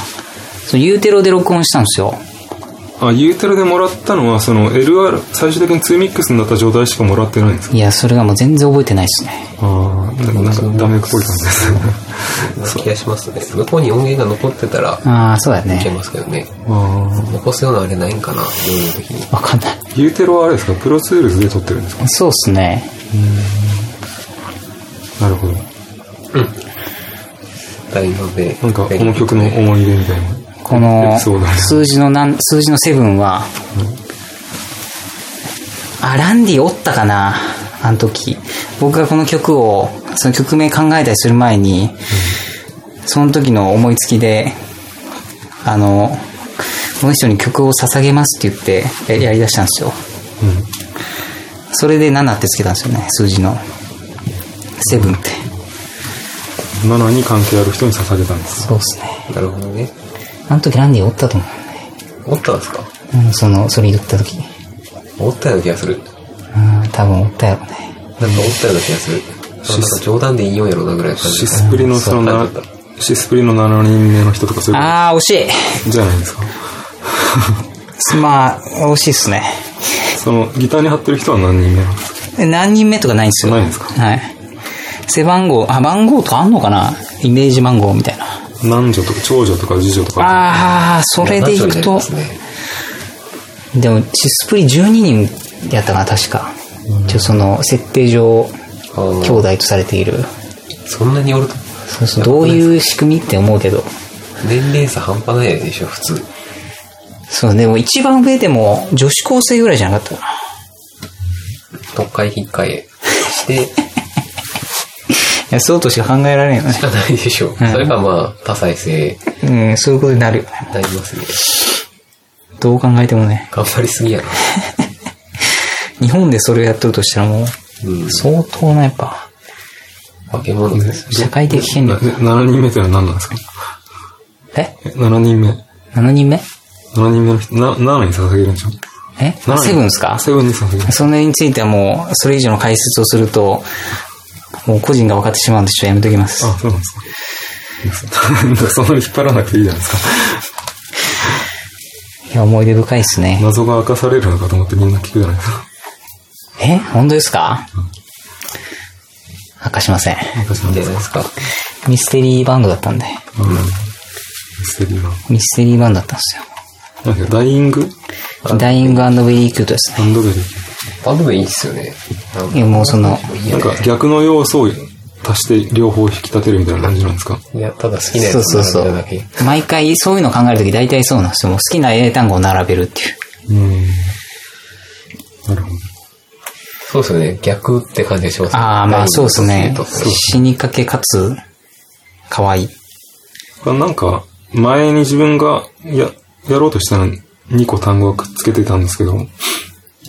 [SPEAKER 2] そう、ユーテロで録音したんですよ。
[SPEAKER 3] すあ、ユーテルでもらったのは、その LR、最終的に2ミックスになった状態しかもらってないんですか
[SPEAKER 2] いや、それがもう全然覚えてないですね。
[SPEAKER 3] ああ、なんかなんかダメっぽい感じですね。
[SPEAKER 4] な気がしますね。向こうに音源が残ってたら、
[SPEAKER 2] ああ、そうだ
[SPEAKER 4] いけ
[SPEAKER 2] ね。
[SPEAKER 4] ますけどね。
[SPEAKER 3] あ
[SPEAKER 4] 残すようなあれないんかな、そういう時に。
[SPEAKER 2] わかんない。
[SPEAKER 3] あ。ユーテルはあれですかプロツールズで撮ってるんですか
[SPEAKER 2] そうっすね。
[SPEAKER 3] なるほど。
[SPEAKER 4] 大学で。
[SPEAKER 3] なんか、この曲の思い出みたいな。
[SPEAKER 2] こ
[SPEAKER 3] エ
[SPEAKER 2] の
[SPEAKER 3] ピソードある
[SPEAKER 2] 数字のなん、数字のセブンは、あ、ランディおったかなあの時。僕がこの曲を、その曲名考えたりする前に、その時の思いつきで、あの、この人に曲を捧げますって言ってややり出したんですよ。それで7ってつけたんですよね、数字の。セブンって。
[SPEAKER 3] うん。7に関係ある人に捧げたんです。
[SPEAKER 2] そうですね。
[SPEAKER 4] なるほどね。
[SPEAKER 2] あの時ランディおったと思
[SPEAKER 4] おったんですか
[SPEAKER 2] う。うん、その、それ言った時。
[SPEAKER 4] おったような気がする。なんか
[SPEAKER 2] うん、多分おったやろね。
[SPEAKER 4] おったような気がする。なんか冗談でいいよやろなぐらいの感じ
[SPEAKER 3] シ。スプリのそのな
[SPEAKER 4] そう、
[SPEAKER 3] シスプリの7人目の人とかそういうこ
[SPEAKER 2] あー、惜し
[SPEAKER 3] とじゃないですか。
[SPEAKER 2] い。まあ、惜しいっすね。
[SPEAKER 3] その、ギターに貼ってる人は何人目なんですか
[SPEAKER 2] 何人目とかないんですよ。
[SPEAKER 3] ないんですか
[SPEAKER 2] はい。背番号、あ、番号とかあんのかなイメージ番号みたいな。
[SPEAKER 3] 男女とか、長女とか、次女とか。
[SPEAKER 2] あー、それでいくと、
[SPEAKER 4] そうですね
[SPEAKER 2] でも、シスプリ12人やったかな、確か。ちょ、その、設定上、
[SPEAKER 4] あの
[SPEAKER 2] 兄弟とされている。
[SPEAKER 4] そんなにおると、
[SPEAKER 2] そうそう、どういう仕組みって思うけど。
[SPEAKER 4] 年齢差半端ないでしょ、普通。
[SPEAKER 2] そう、でも一番上でも、女子高生ぐらいじゃなかったかな。
[SPEAKER 4] 特会引っかえし
[SPEAKER 2] い
[SPEAKER 4] て、
[SPEAKER 2] や、そうとしか考えられんよね
[SPEAKER 4] し。かないでしょう。それがまあ、多彩性
[SPEAKER 2] うん、そういうことになるよね。
[SPEAKER 4] になりますね。
[SPEAKER 2] どう考えてもね。
[SPEAKER 4] 頑張りすぎやな。
[SPEAKER 2] 日本でそれをやっとるとしたらもう、
[SPEAKER 4] うん。
[SPEAKER 2] 相当なやっぱ、
[SPEAKER 4] 化け物です。
[SPEAKER 2] 社会的権
[SPEAKER 3] な
[SPEAKER 2] 力。
[SPEAKER 3] で7人目ってのは何なんですか
[SPEAKER 2] え
[SPEAKER 3] え ?7 人目。
[SPEAKER 2] ?7 人目
[SPEAKER 3] 7人目の人、な、7に捧げるんでしょ
[SPEAKER 2] え
[SPEAKER 3] 7に
[SPEAKER 2] セブンですか
[SPEAKER 3] セブンに捧げる。
[SPEAKER 2] それについてはもう、それ以上の解説をすると、もう個人が分かってしまうんでちょっとやめときます。
[SPEAKER 3] あ、そうなんですか。 そんなに引っ張らなくていいじゃないですか。
[SPEAKER 2] いや、思い出深いですね。
[SPEAKER 3] 謎が明かされるのかと思ってみんな聞くじゃないですか。
[SPEAKER 2] え本当ですか明かしません。
[SPEAKER 3] 私なん
[SPEAKER 4] じ
[SPEAKER 3] で
[SPEAKER 4] ゃないですか。
[SPEAKER 2] ミステリーバンドだったんで。
[SPEAKER 3] うん。ミステリーな。
[SPEAKER 2] ミステリーバンドだったんです
[SPEAKER 3] なんかダイイング
[SPEAKER 2] よ。ダイイングベリーキュートです
[SPEAKER 3] ハ
[SPEAKER 2] ね。
[SPEAKER 3] ンドベリ
[SPEAKER 4] バンド名いいっすよね。
[SPEAKER 2] いや、もうその、
[SPEAKER 4] いい
[SPEAKER 3] ー。な
[SPEAKER 4] よ
[SPEAKER 3] ん
[SPEAKER 4] ね
[SPEAKER 3] か逆の要素を足して両方引き立てるみたいな感じなんですか
[SPEAKER 4] いや、ただ好きなやつ
[SPEAKER 2] そうそうそ
[SPEAKER 4] 並べ
[SPEAKER 2] う
[SPEAKER 4] ただけ。
[SPEAKER 2] 毎回そういうの考えるとき大体そうなんですよ。もう好きな英単語を並べるっていう。
[SPEAKER 3] うん。なるほど。
[SPEAKER 4] そうですよね。逆って感じがしますね
[SPEAKER 2] ああ、まあそうですね
[SPEAKER 4] そう。
[SPEAKER 2] 死にかけかつ、可愛い。
[SPEAKER 3] あなんか、前に自分がや、やろうとしたの2個単語をくっつけてたんですけど、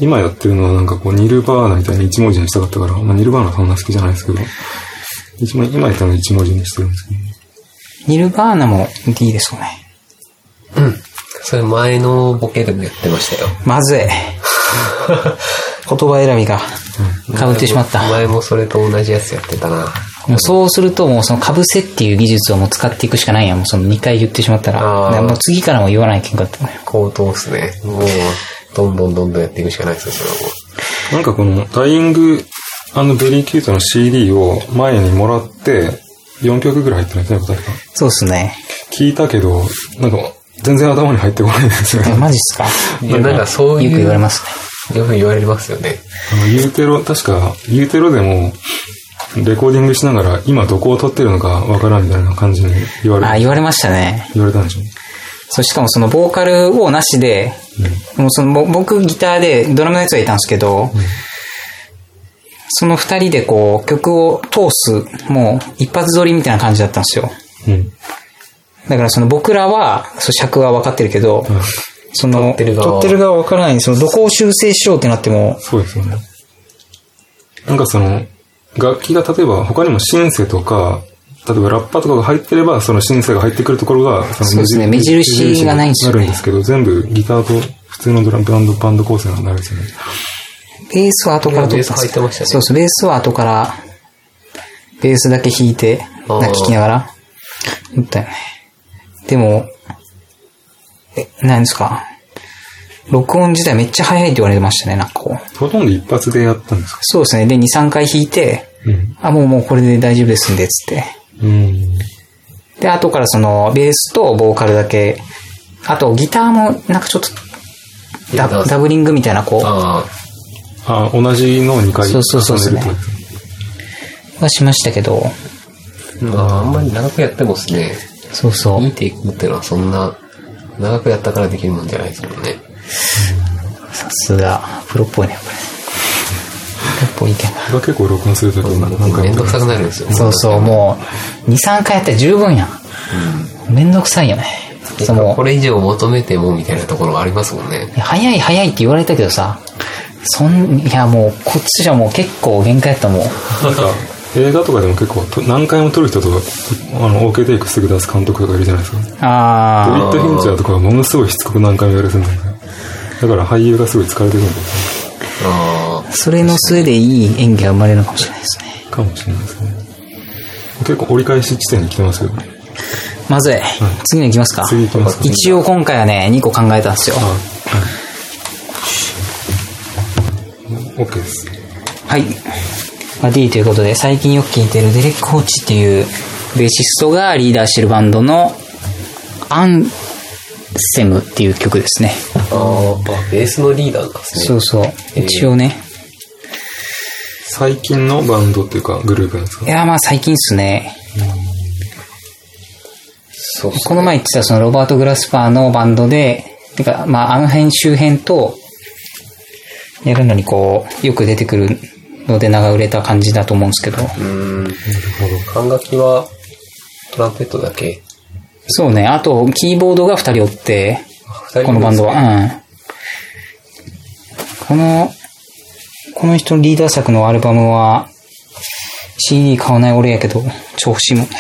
[SPEAKER 3] 今やってるのはなんかこう、ニルバーナみたいに1文字にしたかったから、まあ、ニルバーナはそんな好きじゃないですけど、一文今やったのは1文字にしてるんですけど、
[SPEAKER 2] ニルバーナもいいですよね。
[SPEAKER 4] うん。それ前のボケでもやってましたよ。
[SPEAKER 2] ま ずい。言葉選びが、被ってしまった。
[SPEAKER 4] 前もそれと同じやつやってたな。
[SPEAKER 2] もうそうするともうその被せっていう技術をもう使っていくしかないやん。もうその2回言ってしまったら。
[SPEAKER 4] あー
[SPEAKER 2] だからもう次からも言わないけんかったね。
[SPEAKER 4] 高等っすね。もう、どんどんどんどんやっていくしかないですよ、それはも
[SPEAKER 3] なんかこの、ダイイングベリーキュートの CD を前にもらって、4曲ぐらい入ってないですね、誰か。
[SPEAKER 2] そうですね。
[SPEAKER 3] 聞いたけど、なんか、全然頭に入ってこないで すよ
[SPEAKER 2] いや
[SPEAKER 3] ね。
[SPEAKER 2] マジっすか
[SPEAKER 4] う。いや、なんかそういう。
[SPEAKER 2] よく言われますね。
[SPEAKER 4] よく言われますよね。
[SPEAKER 3] あの、ユーテロ、確か、ユーテロでも、レコーディングしながら、今どこを撮ってるのかわからんみたいな感じに言わ
[SPEAKER 2] あー、
[SPEAKER 3] れ、
[SPEAKER 2] 言われましたね。
[SPEAKER 3] 言われたんでしょうね。
[SPEAKER 2] そう、しかもそのボーカルをなしで、もうそのぼ僕ギターでドラムのやつはいたんですけど、その二人でこう曲を通す、もう一発撮りみたいな感じだったんですよ。
[SPEAKER 3] うん。
[SPEAKER 2] だからその僕らは、そう尺は分かってるけど、その、撮
[SPEAKER 4] ってる側は
[SPEAKER 2] ってる側は分からないんで、そのどこを修正しようってなっても、
[SPEAKER 3] そうですよね。なんかその、楽器が例えば他にもシンセとか、例えばラッパとかが入ってれば、そのシンセが入ってくるところが、その
[SPEAKER 2] そうですね目印がないんですよね
[SPEAKER 3] 目印になるんですけど、全部ギターと普通のドラムバンドバンド構成なんですよね。
[SPEAKER 2] ベースは後から撮ったんで
[SPEAKER 4] ベー
[SPEAKER 2] す
[SPEAKER 4] ス入ってましたね
[SPEAKER 2] そうそう、ベースは後から、ベースだけ弾いて、
[SPEAKER 4] あー
[SPEAKER 2] なんか聴きながら、打ったよね。でも、え、何ですか録音自体めっちゃ早いって言われてましたね、なんかこう。
[SPEAKER 3] ほとんど一発でやったんですか
[SPEAKER 2] そうですね。で、2、3回弾いて、
[SPEAKER 3] うん。
[SPEAKER 2] あ、もうもうこれで大丈夫ですんで、つって。
[SPEAKER 3] うん。
[SPEAKER 2] で、後からその、ベースとボーカルだけ、あとギターもなんかちょっとダ、
[SPEAKER 4] ギター
[SPEAKER 2] ダブリングみたいな、こう、
[SPEAKER 4] ああ、
[SPEAKER 3] あ、同じのを2回重ね
[SPEAKER 2] そうそ
[SPEAKER 3] る
[SPEAKER 2] うそうそう
[SPEAKER 3] ってこと
[SPEAKER 2] はしましたけど、
[SPEAKER 4] まあ、あんまり長くやってもですね、
[SPEAKER 2] そうそ
[SPEAKER 4] いうい。テイクってのはそんな、長くやったからできるもんじゃないですもんね。
[SPEAKER 2] さすが、プロっぽいね、これ。プロっぽい意見だ。
[SPEAKER 3] 僕は結構録音するときに何回も
[SPEAKER 4] め
[SPEAKER 3] や
[SPEAKER 4] ん
[SPEAKER 3] って
[SPEAKER 4] どく
[SPEAKER 3] ます
[SPEAKER 4] さくなるんですよ。
[SPEAKER 2] そうそう、もう、2、3回やったら十分やん。めんどくさいよね。
[SPEAKER 4] 結
[SPEAKER 2] そ
[SPEAKER 4] 構
[SPEAKER 2] の
[SPEAKER 4] これ以上求めてもみたいなところはありますもんね。
[SPEAKER 2] 早い早いって言われたけどさ、そん、いやもう、こっちじゃもう結構限界やったもん。
[SPEAKER 3] なんか、映画とかでも結構と何回も撮る人とか、あの、OK テイクすぐ出す監督とかいるじゃないですか。デビ
[SPEAKER 2] あ
[SPEAKER 3] ッド・フィンチャーとかはものすごいしつこく何回も言われてるんですよ。だから俳優がすごい疲れてるんです
[SPEAKER 4] あ
[SPEAKER 2] あ、それの末でいい演技が生まれるのかもしれないですね。
[SPEAKER 3] ね。かもしれないですね。結構折り返し地点に来てますよね。
[SPEAKER 2] まずい。次に行きますか。
[SPEAKER 3] 次行きますか
[SPEAKER 2] 一応今回はね、2個考えたんですよ。
[SPEAKER 3] あ、はい。OK です。
[SPEAKER 2] はい。まあ、D ということで、最近よく聴いてるデレック・ホーチっていうベーシストがリーダーしてるバンドのアンセムっていう曲ですね。
[SPEAKER 4] あ、ああ、ベースのリーダーなんですね。
[SPEAKER 2] そうそう。一応ね。
[SPEAKER 3] 最近のバンドっていうか、グループなんですか
[SPEAKER 2] いや、まあ最近っすね。
[SPEAKER 4] そうっす
[SPEAKER 2] この前言ってたそのロバート・グラスパーのバンドで、てか、まああの辺周辺と、やるのにこう、よく出てくるので名が売れた感じだと思うんですけど。
[SPEAKER 4] うーん。なるほど。管楽器は、トランペットだけ。
[SPEAKER 2] そうね。あと、キーボードが二人おって、
[SPEAKER 4] あ二人
[SPEAKER 2] このバンドは。うん。この、この人のリーダー作のアルバムは、CD 買わない俺やけど、超欲しいもんね。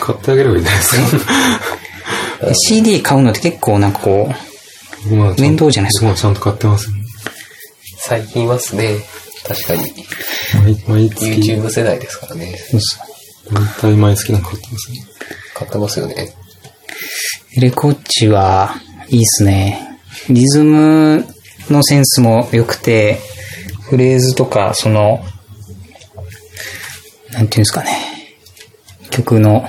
[SPEAKER 3] 買ってあげればいいじゃないですか。
[SPEAKER 2] CD 買うのって結構なんかこう、
[SPEAKER 3] 僕まだち
[SPEAKER 2] 面倒じゃないですか
[SPEAKER 3] 僕もちゃんと買ってますよ。
[SPEAKER 4] 最近はっすね、確かに。
[SPEAKER 3] 毎毎月、
[SPEAKER 4] YouTube 世代ですからね。
[SPEAKER 3] 大体毎月なんか買ってますね。
[SPEAKER 4] 買ってますよね。
[SPEAKER 2] レコッチはいいっすね。リズムのセンスも良くて、フレーズとか、その、なんていうんですかね。曲の、。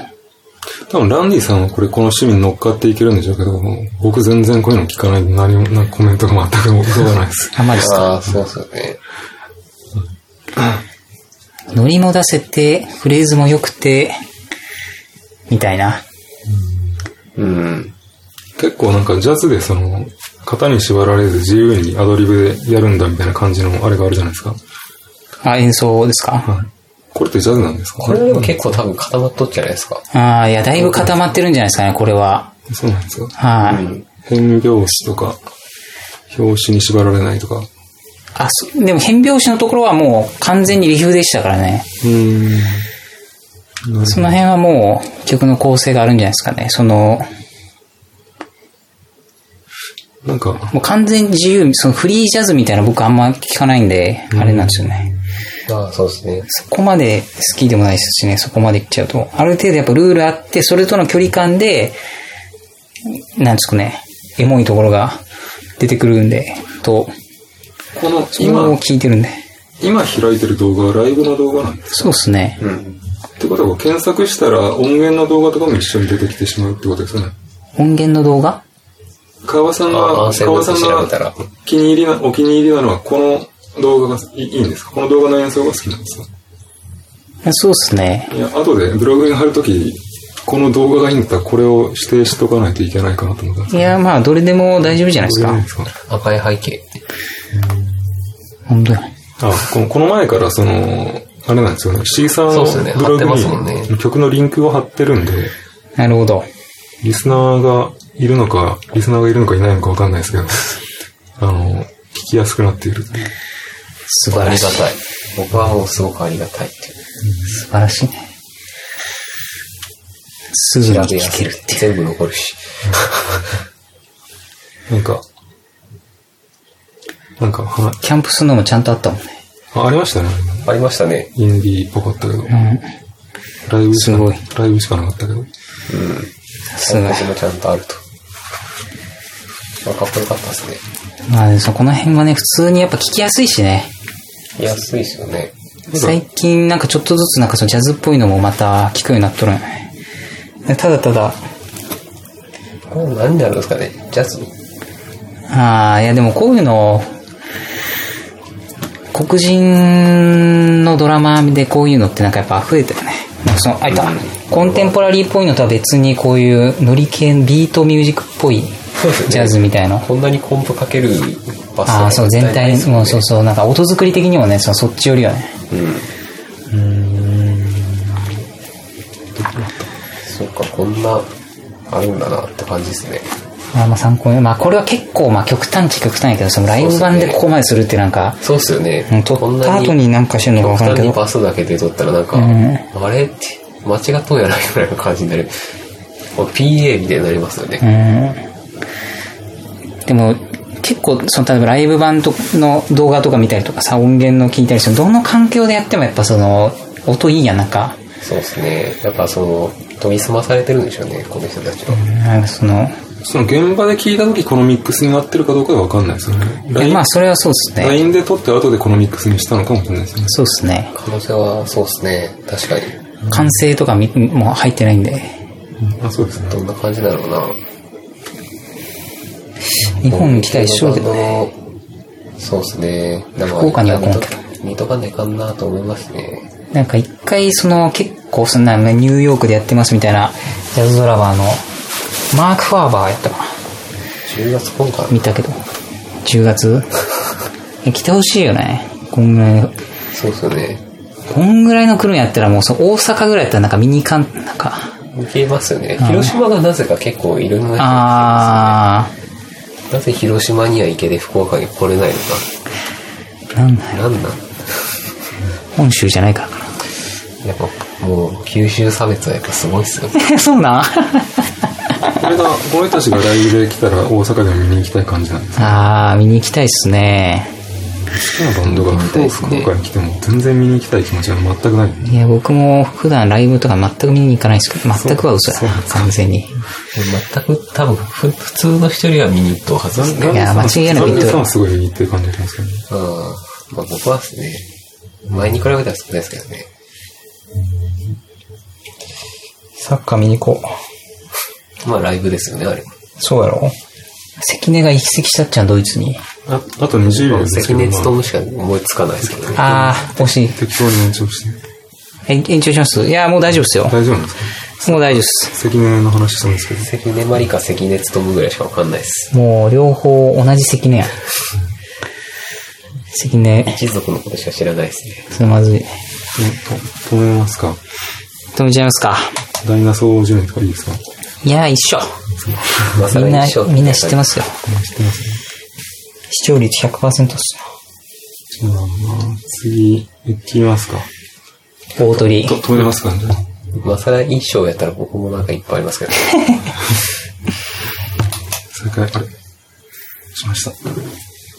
[SPEAKER 3] 多分ランディさんはこれこの趣味に乗っかっていけるんでしょうけど、僕全然こういうの聞かないんで何も、なんかコメントが全く戻らないです
[SPEAKER 2] あまりですか。
[SPEAKER 4] ああ、そうっすよね。
[SPEAKER 2] ノリも出せて、フレーズも良くて、みたいな。
[SPEAKER 4] うん。
[SPEAKER 3] 結構なんかジャズでその、型に縛られず自由にアドリブでやるんだみたいな感じのあれがあるじゃないですか。
[SPEAKER 2] あ、演奏ですか
[SPEAKER 3] はい。これってジャズなんですか
[SPEAKER 4] これでも結構多分固まっとっじゃないですか。
[SPEAKER 2] ああ、いや、だいぶ固まってるんじゃないですかね、これは。
[SPEAKER 3] そうなんですか
[SPEAKER 2] はい、
[SPEAKER 3] 変拍子とか、表紙に縛られないとか。う
[SPEAKER 2] あ、そでも変拍子のところはもう完全にリフでしたからね。
[SPEAKER 3] ーん。なる
[SPEAKER 2] その辺はもう曲の構成があるんじゃないですかね。その、
[SPEAKER 3] なんか、
[SPEAKER 2] もう完全に自由、そのフリージャズみたいな僕あんま聞かないんで、あれなんですよね。
[SPEAKER 4] ああ、そうですね。
[SPEAKER 2] そこまで好きでもないですしね、そこまで行っちゃうと。ある程度やっぱルールあって、それとの距離感で、なんですかね、エモいところが出てくるんで、と、
[SPEAKER 3] この
[SPEAKER 2] それを
[SPEAKER 3] 今、
[SPEAKER 2] 聞いてるんで。
[SPEAKER 3] 今開いてる動画はライブの動画なんです
[SPEAKER 2] そうですね。
[SPEAKER 4] うん。
[SPEAKER 3] ってことは検索したら音源の動画とかも一緒に出てきてしまうってことですよね。
[SPEAKER 2] 音源の動画
[SPEAKER 3] 川さん
[SPEAKER 4] あ
[SPEAKER 3] が、
[SPEAKER 4] 安静ボ
[SPEAKER 3] 川
[SPEAKER 4] タ
[SPEAKER 3] さ
[SPEAKER 4] ン
[SPEAKER 3] ん
[SPEAKER 4] 調べた
[SPEAKER 3] が
[SPEAKER 4] ら
[SPEAKER 3] 気に入りな、お気に入りなのはこの動画がいいいんですかこの動画の演奏が好きなんですか
[SPEAKER 2] そうですね。
[SPEAKER 3] いや、後でブログに貼るとき、この動画がいいんだったらこれを指定しとかないといけないかなと思ったんです
[SPEAKER 2] いや、まあ、どれでも大丈夫じゃないです
[SPEAKER 3] けど。これいいん
[SPEAKER 2] か
[SPEAKER 3] で。すか
[SPEAKER 4] 赤い背景。
[SPEAKER 2] 本当に。
[SPEAKER 3] あこの、この前からその、あれなんですよね。C さん
[SPEAKER 4] そう
[SPEAKER 3] の
[SPEAKER 4] っすよね
[SPEAKER 3] ブログ
[SPEAKER 4] 貼ってますもんね
[SPEAKER 3] に曲のリンクを貼ってるんで、
[SPEAKER 2] なるほど。
[SPEAKER 3] リスナーがいるのか、リスナーがいるのかいないのかわかんないですけど、あの、聞きやすくなっているという。
[SPEAKER 2] 素晴
[SPEAKER 4] あ
[SPEAKER 2] ら
[SPEAKER 4] り
[SPEAKER 2] しい
[SPEAKER 4] が。たい。僕はもうすごくありがたいっていう。
[SPEAKER 2] 素晴らしいね。すぐに
[SPEAKER 4] 調べや
[SPEAKER 2] 聞
[SPEAKER 4] す
[SPEAKER 2] け
[SPEAKER 4] い
[SPEAKER 2] るっていう。
[SPEAKER 4] 全部残るし。
[SPEAKER 3] なんか、なんか、は
[SPEAKER 2] キャンプするのもちゃんとあったもんね。
[SPEAKER 3] あありましたね。
[SPEAKER 4] ありましたね。
[SPEAKER 3] インディーっぽかったけど。
[SPEAKER 2] うん。
[SPEAKER 3] ライブしか
[SPEAKER 2] すごい
[SPEAKER 3] ライブしかなかったけど。
[SPEAKER 2] す
[SPEAKER 4] そ
[SPEAKER 2] ご
[SPEAKER 4] う
[SPEAKER 2] い
[SPEAKER 4] も。ちゃんとあると。あかっこよかったですね。
[SPEAKER 2] まあ、そこの辺はね、普通にやっぱ聞きやすいしね。
[SPEAKER 4] 安いですよね。
[SPEAKER 2] 最近なんかちょっとずつなんかそのジャズっぽいのもまた聞くようになっとるんよねでただただ、
[SPEAKER 4] これ何になるんですかねジャズ
[SPEAKER 2] ああ、いやでもこういうの、黒人のドラマでこういうのってなんかやっぱ増えてるね。なんかその、あいた、コンテンポラリーっぽいのとは別にこういうノリ系のビートミュージックっぽい
[SPEAKER 4] そうですよね
[SPEAKER 2] ジャズみたいな。
[SPEAKER 4] こんなにコンプかけるバス
[SPEAKER 2] ああ、そう、全体に、もうそう
[SPEAKER 4] う。
[SPEAKER 2] そう、なんか音作り的にもね、そのそっちよりはね。
[SPEAKER 4] そうか、こんな、あるんだなって感じですね。
[SPEAKER 2] まあまあ参考に。まあこれは結構まあ極端っちゃ極端やけど、そのライブ版でここまでするってなんか、
[SPEAKER 4] そうっすよね。
[SPEAKER 2] うん撮
[SPEAKER 4] こん
[SPEAKER 2] った
[SPEAKER 4] なに
[SPEAKER 2] 後になんかしてるのかわ
[SPEAKER 4] 極
[SPEAKER 2] からん
[SPEAKER 4] 端
[SPEAKER 2] け
[SPEAKER 4] に
[SPEAKER 2] ど。
[SPEAKER 4] バスだけで撮ったらなんか、
[SPEAKER 2] ん
[SPEAKER 4] あれって、間違っとんやないぐらいの感じになる。もう PA みたいになりますよね。
[SPEAKER 2] うんでも、結構、その、例えばライブ版との動画とか見たりとかさ、音源の聞いたりして、どの環境でやってもやっぱその、音いいやん、なんか。
[SPEAKER 4] そうですね。やっぱその、研ぎ澄まされてるんでしょうね、この人たちは。
[SPEAKER 2] なんかその、
[SPEAKER 3] その現場で聞いた時このミックスになってるかどうかは分かんないですよね。LINE、
[SPEAKER 2] まあ、それはそうっすね。
[SPEAKER 3] LINE で撮って後でこのミックスにしたのかもしれないですね。
[SPEAKER 2] そうっすね。
[SPEAKER 4] 可能性はそうですね。確かに。
[SPEAKER 2] 完成とかみもう入ってないんで。
[SPEAKER 3] あ、そうですね。
[SPEAKER 4] どんな感じだろうな。
[SPEAKER 2] 日本に来たら一生けどね。
[SPEAKER 4] そうですね。でも
[SPEAKER 2] 福岡には来んけど
[SPEAKER 4] 見とかないかんなと思いますね。
[SPEAKER 2] なんか一回、その、結構、そんな、ニューヨークでやってますみたいな、ジャズドラバーの、マーク・ファーバーやったかな。
[SPEAKER 4] 10月今回
[SPEAKER 2] 見たけど。10月え 来てほしいよね。こんぐらいの。
[SPEAKER 4] そうですよね。
[SPEAKER 2] こんぐらいの来るんやったらもうその大阪ぐらいやったらなんか見に行かん、なんか。
[SPEAKER 4] 消えますよね。広島がなぜか結構いろんな人が
[SPEAKER 2] あ
[SPEAKER 4] 来てますねなぜ広島には行けで福岡に来れないの
[SPEAKER 2] ー、なんだよ。
[SPEAKER 4] か。なんなん
[SPEAKER 2] 本州じゃないからか
[SPEAKER 4] やっぱもう九州差別はやっぱすごいっすよね。
[SPEAKER 2] な。 そんなん
[SPEAKER 3] これが、この人たちがライブで来たら大阪でも見に行きたい感じなんです。
[SPEAKER 2] あー、見に行きたいっすね。
[SPEAKER 3] 好きなバンドが福岡に来ても全然見に行きたい気持ちが全くない。
[SPEAKER 2] いや、僕も普段ライブとか全く見に行かないっすけど、全くは嘘やな、完全に。
[SPEAKER 4] 全く多分ふ普通の人よりは見に行っとうはずですね。
[SPEAKER 2] いや間違いなく
[SPEAKER 3] ミ
[SPEAKER 2] 言ってる
[SPEAKER 3] さんはすごい見に行ってる感じがしますけどね。
[SPEAKER 4] うん。まあ僕はですね、前に比べたら少ないですけどね。
[SPEAKER 2] サッカー見に行こう。
[SPEAKER 4] まあライブですよね、あれ。
[SPEAKER 2] そうやろ関根が移籍したっちゃん、ドイツに。
[SPEAKER 3] ああと20秒ですけ
[SPEAKER 4] 関
[SPEAKER 3] ど、
[SPEAKER 4] 根
[SPEAKER 3] まあ、
[SPEAKER 4] 勤しか思いつかないですけどね。
[SPEAKER 2] あー、惜しい。
[SPEAKER 3] 適当に延長して。
[SPEAKER 2] え延長しますいや、もう大丈夫っすよ。
[SPEAKER 3] 大丈夫なんですか
[SPEAKER 2] もう大丈夫っす。
[SPEAKER 3] 関根の話したんですけど。
[SPEAKER 4] 関根まりか関根勤ぐらいしかわかんないです。
[SPEAKER 2] もう両方同じ関根や。関根、
[SPEAKER 4] 一族のことしか知らないですね。
[SPEAKER 2] それまずい。
[SPEAKER 3] えっと、止めますか
[SPEAKER 2] 止めちゃいますか。
[SPEAKER 3] ダイナソージュネとかいいですか
[SPEAKER 2] いや、一緒。
[SPEAKER 4] まさ
[SPEAKER 2] みんな
[SPEAKER 4] に一緒、
[SPEAKER 2] みんな知ってますよ。
[SPEAKER 3] 知ってますね。
[SPEAKER 2] 視聴率100%っす
[SPEAKER 3] じゃあ、まあ、次、行きますか。
[SPEAKER 2] よ。大鳥
[SPEAKER 3] と、。止めますかじゃあ
[SPEAKER 4] まさら一生やったら僕もなんかいっぱいありますけど、
[SPEAKER 3] 正解、あれ、しました。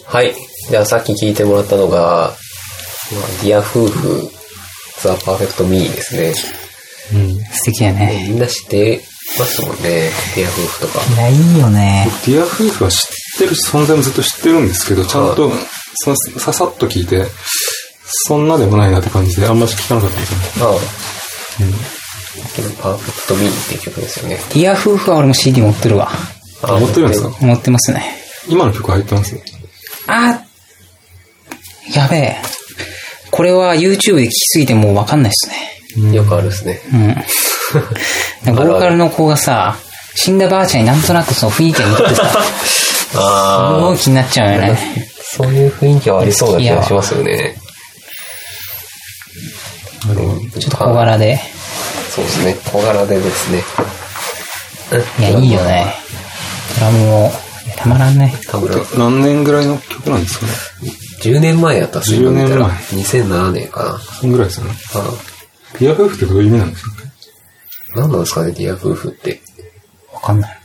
[SPEAKER 4] はい。じゃあさっき聞いてもらったのが、まあ、ディア夫婦、ザ・パーフェクト・ミーですね。
[SPEAKER 3] うん。デ
[SPEAKER 2] 素敵やね。
[SPEAKER 4] みんな知ってますもんね。ディア夫婦とか。
[SPEAKER 2] いや、いいよね。
[SPEAKER 3] ィア夫婦は知ってるし、存在もずっと知ってるんですけど、ちゃんと、さ、ささっと聞いて、そんなでもないなって感じで、あんまり聞かなかったですね。
[SPEAKER 4] まあ、さっきのパーフェクト・ミーっていう曲ですよね。
[SPEAKER 2] ディア夫婦は俺も CD 持ってるわ。
[SPEAKER 4] あ
[SPEAKER 3] 持ってるんですか
[SPEAKER 2] 持ってますね。
[SPEAKER 3] 今の曲入ってます
[SPEAKER 2] あやべえ。これは YouTube で聴きすぎてもうわかんないっすね。
[SPEAKER 4] よくあるですね。
[SPEAKER 2] うん。ボーカルの子がさ、死んだばあちゃんになんとなくその雰囲気が似てさ、す
[SPEAKER 4] あ
[SPEAKER 2] ごい気になっちゃうよね。
[SPEAKER 4] そういう雰囲気はありそうな気がしますよね。
[SPEAKER 3] なるほど。
[SPEAKER 4] ち
[SPEAKER 2] ちょっと小。柄で。
[SPEAKER 4] そうですね。小柄でですね。
[SPEAKER 2] いや、いいよね。ドラムも、いやたまらんね。
[SPEAKER 4] 多分、
[SPEAKER 3] 何年ぐらいの曲なんですかね
[SPEAKER 4] 10年前やったっす今見たら。
[SPEAKER 3] 10
[SPEAKER 4] 2007年かな。
[SPEAKER 3] そんぐらいですよね。
[SPEAKER 4] あ
[SPEAKER 3] ディア夫婦ってどういう意味なんですかね
[SPEAKER 4] 何なんですかね、ディア夫婦って。
[SPEAKER 2] わかんない。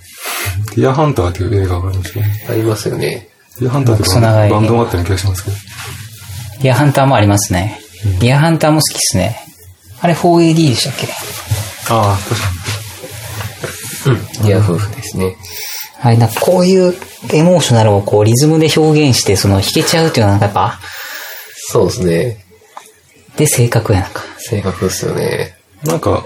[SPEAKER 3] ディアハンターっていう映画がありますね。
[SPEAKER 4] ありますよね。
[SPEAKER 3] ディアハンターって
[SPEAKER 2] クソ長い
[SPEAKER 3] バンドがあったような気がしますけど。
[SPEAKER 2] リアハンターもありますね。リアハンターも好きっすね。あれ 4AD でしたっけ
[SPEAKER 3] ああ、確か
[SPEAKER 4] ディア夫婦ですね。
[SPEAKER 2] はい、なんかこういうエモーショナルをこうリズムで表現して、その弾けちゃうっていうのはなんかやっ
[SPEAKER 4] そうですね。
[SPEAKER 2] ぱ、で、正確やなんか。
[SPEAKER 4] 正確ですよね。
[SPEAKER 3] なんか、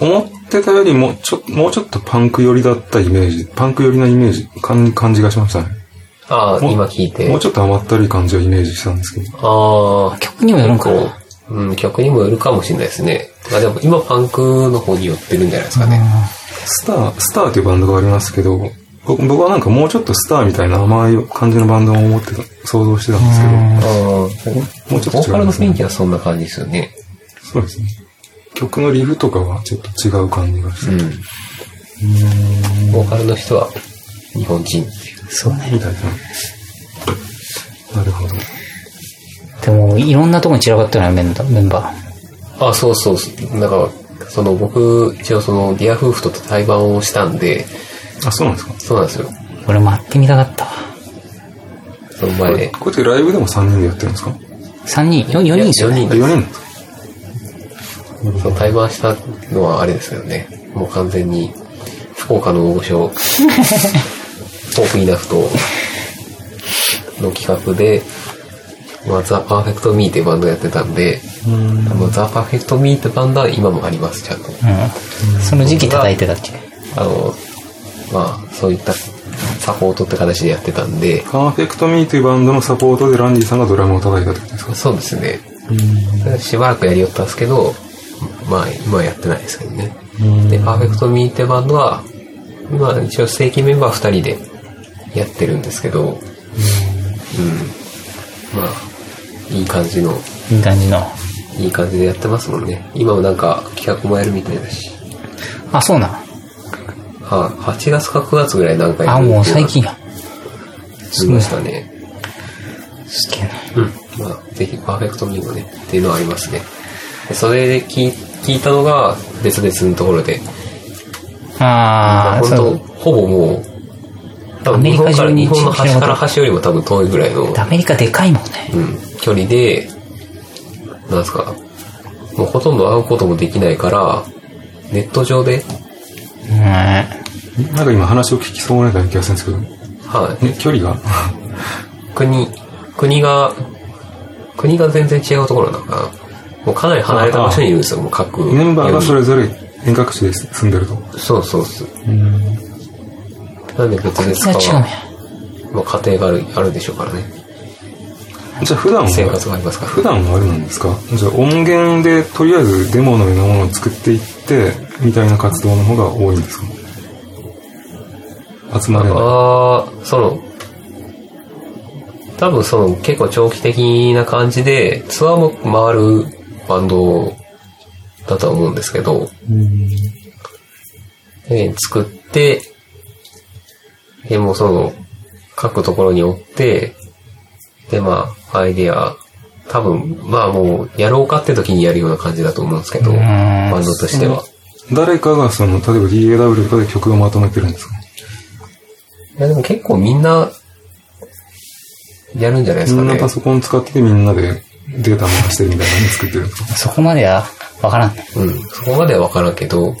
[SPEAKER 3] お思ってたよりも、ちょ、もうちょっとパンク寄りだったイメージ、パンク寄りなイメージ、感感じがしましたね。
[SPEAKER 4] ああ、
[SPEAKER 3] もう
[SPEAKER 4] 今聞いて。
[SPEAKER 3] もうちょっと甘ったるい感じをイメージしたんですけど。
[SPEAKER 4] ああ、
[SPEAKER 2] 曲にもよるんかな。
[SPEAKER 4] うん、曲にもよるかもしれないですね。あでも今パンクの方に寄ってるんじゃないですかね。
[SPEAKER 3] スター、スターというバンドがありますけど、僕僕はなんかもうちょっとスターみたいな甘い感じのバンドを思ってた、想像してたんですけど、
[SPEAKER 4] ああ、
[SPEAKER 3] もうちょっと
[SPEAKER 4] ボ
[SPEAKER 3] 違いますね
[SPEAKER 4] ーカルの雰囲気はそんな感じですよね。
[SPEAKER 3] そうですね。曲のリフとかはちょっと違う感じがして、
[SPEAKER 4] うん。ボーカルの人は日本人っていう。
[SPEAKER 2] そうね。
[SPEAKER 3] みたいな。なるほど。
[SPEAKER 2] でも、いろんなとこに散らばってるのよ、メンバー。メンバー
[SPEAKER 4] あ、そうそうそう。なんか、その僕、一応その、ディア夫婦と対バンをしたんで、
[SPEAKER 3] あ、そうなんですか
[SPEAKER 4] そうなんですよ。
[SPEAKER 2] 俺も会ってみたかったわ。
[SPEAKER 4] その前で。
[SPEAKER 3] こうやってライブでも3人でやってるんですか
[SPEAKER 2] 3人、4, 人ですよ
[SPEAKER 4] い
[SPEAKER 2] ね。
[SPEAKER 4] や
[SPEAKER 3] あ、4人なんですか
[SPEAKER 4] その対バンしたのはあれですよね。もう完全に、福岡の大御 所、トークイナフと、の企画で、まあ、ザ・パーフェクト・ミーってバンドやってたんで、あのザ・パーフェクト・ミーってバンドは今もあります、ちゃんと。
[SPEAKER 2] うん。その時期叩いてたっていう。
[SPEAKER 4] あの、まあ、そういったサポートって形でやってたんで、
[SPEAKER 3] パーフェクトミーというバンドのサポートでランディさんがドラムを叩いたってことですか
[SPEAKER 4] そうですね。しばらくやりよったんですけど、まあ、今はやってないですけどね。で、パーフェクトミーってバンドは、今一応正規メンバー2人でやってるんですけど、うん。まあ、いい感じの、
[SPEAKER 2] いい感じの。
[SPEAKER 4] いい感じでやってますもんね。今もなんか企画もやるみたいだし。
[SPEAKER 2] あ、そうなん。
[SPEAKER 4] は8月か9月ぐらいなんかや
[SPEAKER 2] あ、
[SPEAKER 4] る
[SPEAKER 2] もう
[SPEAKER 4] ってい
[SPEAKER 2] 最近や。
[SPEAKER 4] 聞きましたね。
[SPEAKER 2] すげえな。
[SPEAKER 4] うん。まあ、ぜひ、パーフェクトミンゴね、っていうのはありますね。でそれで聞い聞いたのが、別々のところで。
[SPEAKER 2] ああ、
[SPEAKER 4] 本
[SPEAKER 2] そ
[SPEAKER 4] 当
[SPEAKER 2] う。
[SPEAKER 4] ほぼもう、多
[SPEAKER 2] アメ
[SPEAKER 4] 日
[SPEAKER 2] リカ
[SPEAKER 4] 本か
[SPEAKER 2] 中
[SPEAKER 4] ら、
[SPEAKER 2] に
[SPEAKER 4] 日本の端から端よりも多分遠いぐらいの、
[SPEAKER 2] アメリカでかいもんね。
[SPEAKER 4] うん、距離で、なんすか、もうほとんど会うこともできないから、ネット上で、
[SPEAKER 2] う
[SPEAKER 3] なんか今話を聞きそうな気がするんですけ
[SPEAKER 4] は
[SPEAKER 3] ど、ね、距離が
[SPEAKER 4] い、国、国が、国が全然違うところなのかな。もうかなり離れた場所にいるんですよ、もう各。
[SPEAKER 3] メンバーがそれぞれ遠隔地で住んでると。
[SPEAKER 4] そうそうそう。なんで別々
[SPEAKER 2] ん。それは違う
[SPEAKER 4] か
[SPEAKER 2] んや。
[SPEAKER 4] まあ家庭があるあるでしょうからね。
[SPEAKER 3] じゃあ普段
[SPEAKER 4] 生
[SPEAKER 3] は
[SPEAKER 4] 活がありますから。
[SPEAKER 3] 普段はあれなんですかじゃあ音源でとりあえずデモのようなものを作っていってみたいな活動の方が多いんですか集まれない
[SPEAKER 4] ああ、その、多分その結構長期的な感じでツアーも回るバンドだとは思うんですけど、で作って、でもうその各ところに追って、でまあアイデア、多分まあもうやろうかって時にやるような感じだと思うんですけど、
[SPEAKER 2] ん
[SPEAKER 4] バンドとしては。
[SPEAKER 3] 誰かがその例えば DAW とかで曲をまとめてるんですか
[SPEAKER 4] いやでも結構みんなやるんじゃないです
[SPEAKER 3] み
[SPEAKER 4] か
[SPEAKER 3] ん
[SPEAKER 4] ね。
[SPEAKER 3] なパソコン使ってみんなでデータ回してみたいなの作ってるんですか
[SPEAKER 2] そこまでは、わからんね。
[SPEAKER 4] うん、そこまでは分からんけど、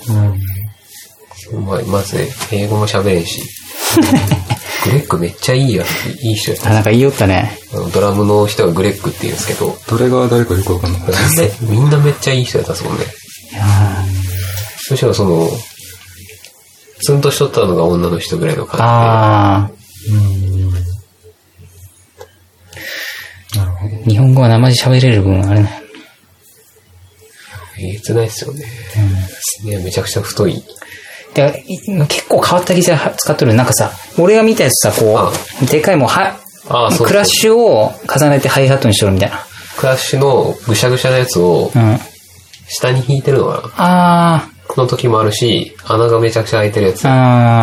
[SPEAKER 4] ままずね、英語も喋れん し、グレッグめっちゃいいやつ、いい人やっ
[SPEAKER 2] あ、なんか言いよったね。
[SPEAKER 4] た。あのドラムの人がグレッグって言うんですけど、
[SPEAKER 3] 誰が誰かよくわかんない
[SPEAKER 4] みんなみんなめっちゃいい人やったっすもんね。むしろその、ツンとしとったのが女の人ぐらいの感
[SPEAKER 2] あ
[SPEAKER 3] なるほど
[SPEAKER 2] あ、日本語は生地喋れる分あれね。
[SPEAKER 4] じで、えげつないっすよね。いや、めちゃくちゃ太い。
[SPEAKER 2] で、い結構変わった技術使っとる。なんかさ、俺が見たやつさ、こう、でかいもんは
[SPEAKER 4] ああ、そうそう
[SPEAKER 2] クラッシュを重ねてハイハットにしとるみたいな。
[SPEAKER 4] クラッシュのぐしゃぐしゃなやつを
[SPEAKER 2] うん。
[SPEAKER 4] 下に引いてるのかな
[SPEAKER 2] あ
[SPEAKER 4] この時もあるし、穴がめちゃくちゃ開いてるやつ
[SPEAKER 2] あ、。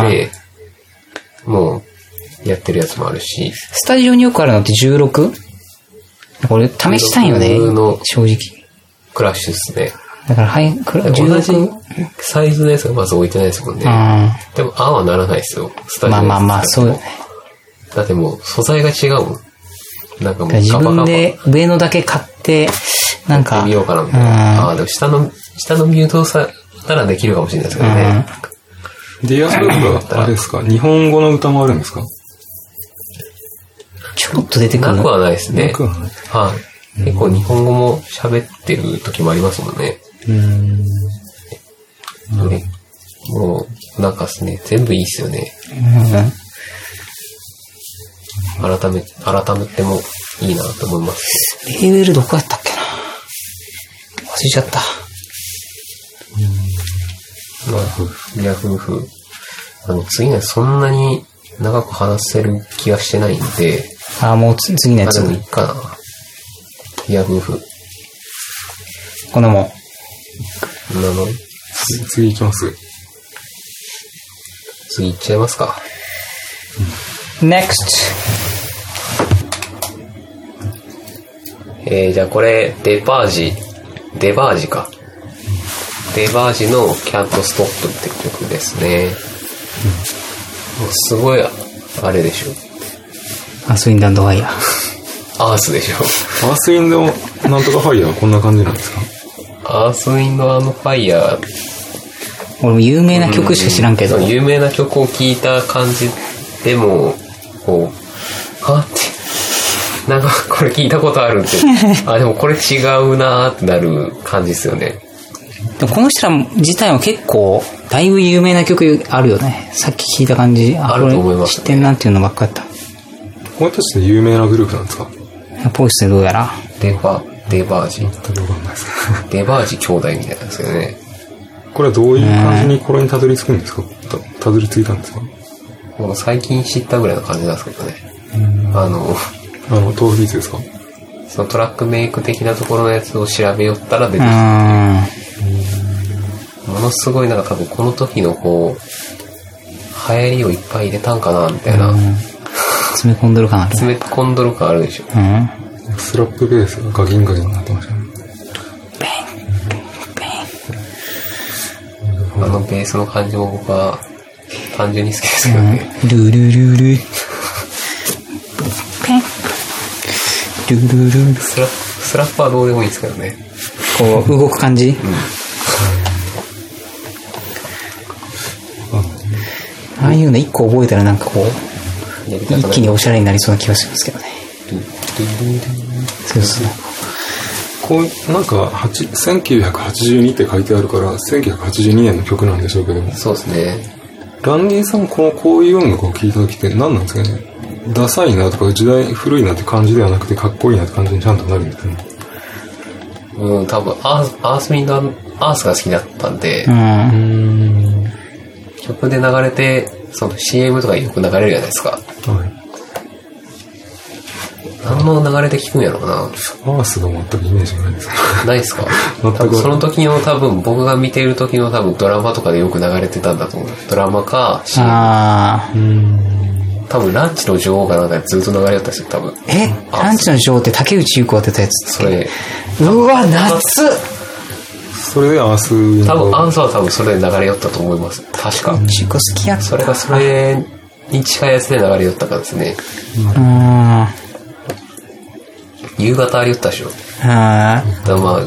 [SPEAKER 2] ああ、
[SPEAKER 4] で、もう、やってるやつもあるし、
[SPEAKER 2] スタジオによくあるのって 16? 俺試したいよね
[SPEAKER 4] 16の。
[SPEAKER 2] 正直。
[SPEAKER 4] クラッシュですね。
[SPEAKER 2] だから、はい、クラ
[SPEAKER 4] で同じ
[SPEAKER 2] 16。
[SPEAKER 4] サイズのやつがまず置いてないですもんね。
[SPEAKER 2] あ
[SPEAKER 4] でも、ああはならないですよ。スタジ
[SPEAKER 2] ま
[SPEAKER 4] オ
[SPEAKER 2] あ
[SPEAKER 4] の
[SPEAKER 2] ま
[SPEAKER 4] や
[SPEAKER 2] あ
[SPEAKER 4] つ
[SPEAKER 2] まあ、そうよ
[SPEAKER 4] 使っても
[SPEAKER 2] ね。
[SPEAKER 4] だってもう、素材が違うもん。なんかもう、
[SPEAKER 2] 自
[SPEAKER 4] カバカ
[SPEAKER 2] 分
[SPEAKER 4] バ
[SPEAKER 2] で上のだけ買って、なんか、
[SPEAKER 4] 見ようかなみたいな。ああ、でも下の、下のミュートさならできるかもしれないですけどね。
[SPEAKER 3] ディアスロー が、あれですか、日本語の歌もあるんですか
[SPEAKER 2] ちょろっと出てくる
[SPEAKER 4] なくはないですね。
[SPEAKER 3] なくはない
[SPEAKER 4] はい。結構日本語も喋ってる時もありますもんね。
[SPEAKER 3] うん。
[SPEAKER 4] ねもう、なんかですね、全部いいっすよね。
[SPEAKER 2] う
[SPEAKER 4] 改め、改めてもいいなと思います。
[SPEAKER 2] ん。レーベルどこやったっけな忘れちゃった。
[SPEAKER 4] まあ、リア夫婦。あの、次のやつそんなに長く話せる気がしてないんで、
[SPEAKER 2] あー、もうつ次のや
[SPEAKER 4] あ、
[SPEAKER 2] つ
[SPEAKER 4] で。もいいかな。リア夫婦。
[SPEAKER 2] このもん。
[SPEAKER 4] なの、
[SPEAKER 3] 次次行きます。
[SPEAKER 4] 次行っちゃいますか。
[SPEAKER 2] NEXT!
[SPEAKER 4] えー、じゃあこれ、デバージ、デバージか。デバージの Can't Stop って曲ですね。もうすごい、あれでしょ。
[SPEAKER 2] アスウィンダンドワイヤー。
[SPEAKER 4] アースでしょ。
[SPEAKER 3] アースインドなんとかファイヤーはこんな感じなんですか
[SPEAKER 4] アースウィンドアンドファイヤー。
[SPEAKER 2] 俺も有名な曲しか知らんけど。
[SPEAKER 4] その有名な曲を聴いた感じでも、こう、はって、なんかこれ聞いたことあるって。あ、でもこれ違うなーってなる感じですよね。
[SPEAKER 2] でもこの人ら自体も結構、だいぶ有名な曲あるよね。さっき聞いた感じ。
[SPEAKER 4] あると思います
[SPEAKER 2] これ知ってんなっていうのばっかやった。
[SPEAKER 3] この人たちで有名なグループなんですか
[SPEAKER 2] ポイスでどうやら。
[SPEAKER 4] デバ、デバージ。
[SPEAKER 3] 全くわかんないです。
[SPEAKER 4] デバージ兄弟みたいなんですよね。
[SPEAKER 3] これはどういう感じにこれにたどり着くんですかたたどり着いたんですか
[SPEAKER 4] もう最近知ったぐらいの感じなんですけどね。あの、
[SPEAKER 3] あの、豆腐ビーツですか
[SPEAKER 4] そのトラックメイク的なところのやつを調べよったら出
[SPEAKER 2] う
[SPEAKER 4] てきた。
[SPEAKER 2] ーん。
[SPEAKER 4] ものすごいなんか多分この時のこう、流行りをいっぱい入れたんかな、みたいな。
[SPEAKER 2] 詰め込んどる感ある。
[SPEAKER 4] 詰め込んどる感あるでしょ。
[SPEAKER 2] うん。
[SPEAKER 3] スラップベースがガキンガキンになってましたね。
[SPEAKER 2] ペ
[SPEAKER 4] あのベースの感じも僕は単純に好きですけどね。
[SPEAKER 2] ン。ルルルル。ペン。ルルルル。
[SPEAKER 4] スラップ、スラップはどうでもいいんですけどね。
[SPEAKER 2] こう、動く感じああいうの一個覚えたらなんかこう、
[SPEAKER 4] やりたく
[SPEAKER 2] 一
[SPEAKER 4] な
[SPEAKER 2] 気
[SPEAKER 4] い。
[SPEAKER 2] におしゃれになりそうな気がしますけどね。そうそう。
[SPEAKER 3] こう、なんか、八1982って書いてあるから、1982年の曲なんでしょうけども、
[SPEAKER 4] そうですね。
[SPEAKER 3] ランディさんこのこういう音楽を聴いた時って何なんですかねダサいなとか時代古いなって感じではなくてかっこいいなって感じにちゃんとなるんですね。
[SPEAKER 4] うん、多分アース、アースミンドアースが好きだったんで、
[SPEAKER 2] うん。
[SPEAKER 4] 曲で流れて、その CM とかよく流れるじゃないですか。
[SPEAKER 3] はい。
[SPEAKER 4] 何の流れで聞くんやろうな。
[SPEAKER 3] アースが全くイメージがないですね。
[SPEAKER 4] ない ですか多
[SPEAKER 3] 全く
[SPEAKER 4] 分その時の多分、僕が見てる時の多分ドラマとかでよく流れてたんだと思う。ドラマか、CM
[SPEAKER 2] ああ。
[SPEAKER 4] 多分ランチの女王かなんかでずっと流れてたんですよ、多分。
[SPEAKER 2] えランチの女王って竹内優子当てたやつ
[SPEAKER 4] それ、
[SPEAKER 2] うわ、夏
[SPEAKER 3] それでアースに
[SPEAKER 4] 多分アンサーは多分それで流れ寄ったと思います。確か。
[SPEAKER 2] 中古好きやった。
[SPEAKER 4] それがそれに近いやつで流れ寄ったからですね。
[SPEAKER 2] うん。
[SPEAKER 4] 夕方あり寄ったでしょ。
[SPEAKER 2] うん
[SPEAKER 4] だからまあ、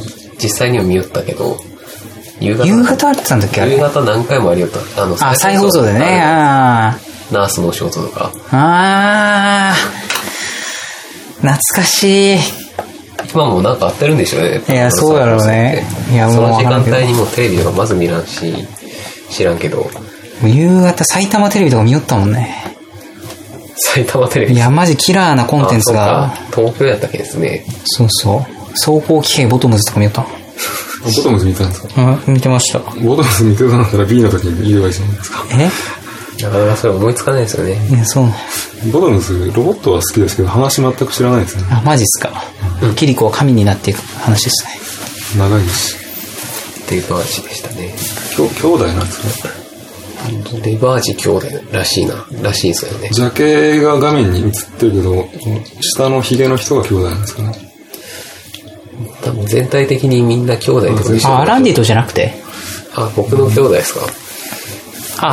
[SPEAKER 4] 実際にも見寄ったけど、夕方。
[SPEAKER 2] 夕方あってたんだっけあれ。
[SPEAKER 4] 夕方何回もあり寄った。あの、
[SPEAKER 2] あ、再放送でね。
[SPEAKER 4] あ
[SPEAKER 2] あ
[SPEAKER 4] の。ナースのお仕事とか。
[SPEAKER 2] あ。ああ。懐かしい。
[SPEAKER 4] 今もなんかあってるんでしょうね。
[SPEAKER 2] いやそうやろうねいやもう
[SPEAKER 4] その時間
[SPEAKER 2] わかんない
[SPEAKER 4] 帯
[SPEAKER 2] け
[SPEAKER 4] にもうテレビとかまず見らんし、知らんけど、
[SPEAKER 2] 夕方埼玉テレビとか見よったもんね。
[SPEAKER 4] 埼玉テレビ。
[SPEAKER 2] いや、マジキラーなコンテンツ
[SPEAKER 4] あ
[SPEAKER 2] が。
[SPEAKER 4] そうか東京やったっけですね。
[SPEAKER 2] そうそう。走行機械ボトムズとか見よった
[SPEAKER 3] ボトムズ見てたんですか
[SPEAKER 2] うん、見てました。
[SPEAKER 3] ボトムズ見てたんだったら B の時に言えばいいじゃないですか。
[SPEAKER 2] え
[SPEAKER 4] なかなかそれ思いつかないですよね。
[SPEAKER 2] いや、そうなん
[SPEAKER 3] ボトムズ、ロボットは好きですけど話全く知らないですね。
[SPEAKER 2] あ、マジっすか。キリコは神になっていく話ですね。
[SPEAKER 3] 長いし。
[SPEAKER 4] デバージでしたね。
[SPEAKER 3] きょ兄弟なんですね。
[SPEAKER 4] デバージ兄弟らしいな。らしいですよね。
[SPEAKER 3] ジャケが画面に映ってるけど、下のヒゲの人が兄弟なんですかね。
[SPEAKER 4] 多分全体的にみんな兄弟ってことでしょうね
[SPEAKER 2] あ、ランディとじゃなくて
[SPEAKER 4] あ、僕の兄弟ですか。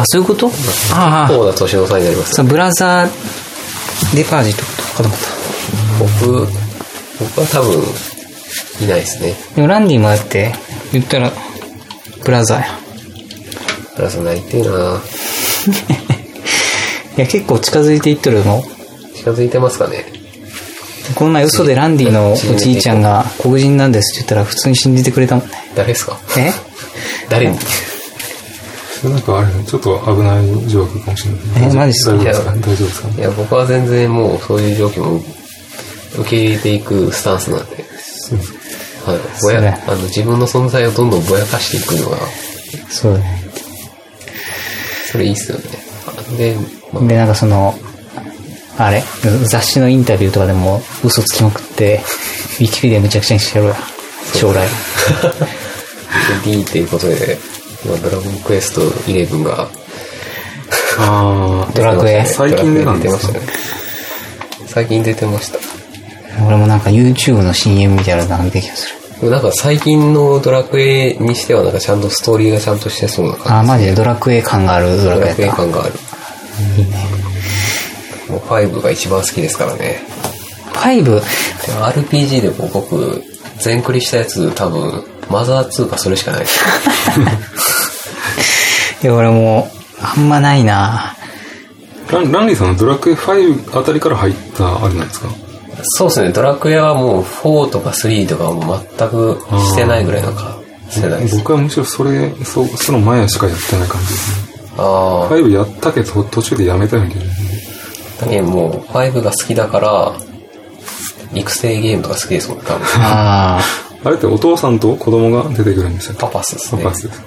[SPEAKER 2] あ、そういうことああ、
[SPEAKER 4] 高田敏夫さんになります
[SPEAKER 2] そ。のブラザーデパージってことかと思った。
[SPEAKER 4] 僕、僕は多分、いないですね。
[SPEAKER 2] でもランディもだって、言ったら、ブラザーや。
[SPEAKER 4] あら、そんな言ってえな
[SPEAKER 2] いや、結構近づいていっとるの。
[SPEAKER 4] 近づいてますかね
[SPEAKER 2] この前嘘でランディのおじいちゃんが黒人なんですって言ったら普通に信じてくれたもんね。
[SPEAKER 4] 誰ですか
[SPEAKER 2] え
[SPEAKER 4] 誰に
[SPEAKER 3] それなんかあれね、ちょっと危ない状況かもしれない。
[SPEAKER 2] えマジっすか
[SPEAKER 3] 大丈夫ですか大丈夫ですか
[SPEAKER 4] いや、僕は全然もうそういう状況も受け入れていくスタンスなんで。はい、ぼやあの自分の存在をどんどんぼやかしていくのが、
[SPEAKER 2] そうだね。
[SPEAKER 4] それいいっすよね。あで、ま
[SPEAKER 2] で、なんかその、あれ、雑誌のインタビューとかでも嘘つきまくって、 ウィキペディアめちゃくちゃにしてやろうや。将 来。
[SPEAKER 4] あ、D っていうことで、まあ、ドラゴンクエスト11が
[SPEAKER 3] あ
[SPEAKER 2] ドラクエ。
[SPEAKER 3] 最近出たんで
[SPEAKER 4] 出てます
[SPEAKER 3] か
[SPEAKER 4] したね。最近出てました。
[SPEAKER 2] 俺もなんか YouTube の CM みたいなのが見た気がする。
[SPEAKER 4] でもなんか最近のドラクエにしてはなんかちゃんとストーリーがちゃんとしてそうな
[SPEAKER 2] あ、
[SPEAKER 4] 感
[SPEAKER 2] マジでドラクエ感があるド
[SPEAKER 4] じ。
[SPEAKER 2] ラ
[SPEAKER 4] ド
[SPEAKER 2] ク
[SPEAKER 4] ラク
[SPEAKER 2] エ
[SPEAKER 4] エ
[SPEAKER 2] やった。
[SPEAKER 4] 感がある。もう5が一番好きですからね。
[SPEAKER 2] 5、
[SPEAKER 4] でも RPG でも僕、全クリしたやつ多分、マザー2かそれしかないです。
[SPEAKER 2] いや、俺も、あんまないな
[SPEAKER 3] ランランリーさんのドラクエ5あたりから入ったあれなんですか
[SPEAKER 4] そうですね、ドラクエはもう4とか3とかはもう全くしてないぐらいなんか、世代です。
[SPEAKER 3] 僕はむしろそれ、そその前しかやってない感じですね。
[SPEAKER 4] あ
[SPEAKER 3] 5やったけど途中でやめたような気がする
[SPEAKER 4] あ、でもう5が好きだから、育成ゲームとか好きですもん、多分。
[SPEAKER 2] あ
[SPEAKER 3] あれってお父さんと子供が出てくるんですよ。
[SPEAKER 4] パパスです
[SPEAKER 3] パ
[SPEAKER 4] ね。
[SPEAKER 3] パスですね。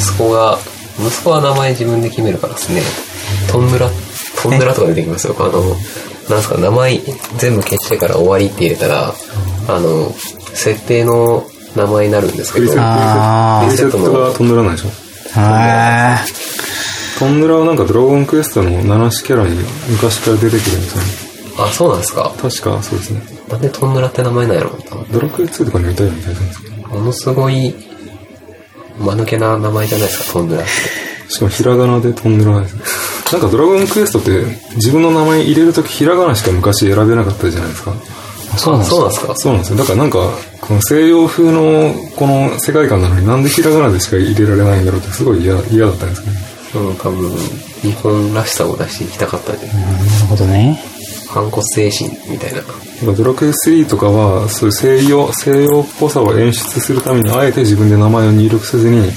[SPEAKER 4] 息子が、息子は名前自分で決めるからですね、トンヌラ、トンヌラとか出てきますよ。あの、なんすか、名前全部消してから終わりって入れたら、あの、設定の名前になるんですけ
[SPEAKER 3] リ
[SPEAKER 4] ど
[SPEAKER 3] セッ、
[SPEAKER 2] あー
[SPEAKER 3] ト、リセットがトンネラないでしょ。
[SPEAKER 2] あ。へ
[SPEAKER 3] トンネラはなんかドラゴンクエストの7種キャラに昔から出てくるんですよね。
[SPEAKER 4] あ、そうなんですか。
[SPEAKER 3] 確かそうですね。
[SPEAKER 4] なんでトンヌラって名前なんやろ
[SPEAKER 3] ドラクエ2とかに似たような気がするんですけど。
[SPEAKER 4] ものすごい、間抜けな名前じゃないですか、トンヌラって。
[SPEAKER 3] しかもひらがなでトンネラですね。なんかドラゴンクエストって自分の名前入れるときひらがなしか昔選べなかったじゃないですか。
[SPEAKER 2] ーそうなんです
[SPEAKER 4] そう
[SPEAKER 2] か
[SPEAKER 4] なんですか
[SPEAKER 3] そうなんですよ。だからなんか、この西洋風のこの世界観なのになんでひらがなでしか入れられないんだろうってすごい嫌嫌だったんですけどね。
[SPEAKER 4] うん、多分、日本らしさを出していきたかったんじゃない
[SPEAKER 2] なるほどね。
[SPEAKER 4] 反骨精神みたいな。
[SPEAKER 3] なんかドラクエ3とかは、そういう西洋、西洋っぽさを演出するために、あえて自分で名前を入力せずに、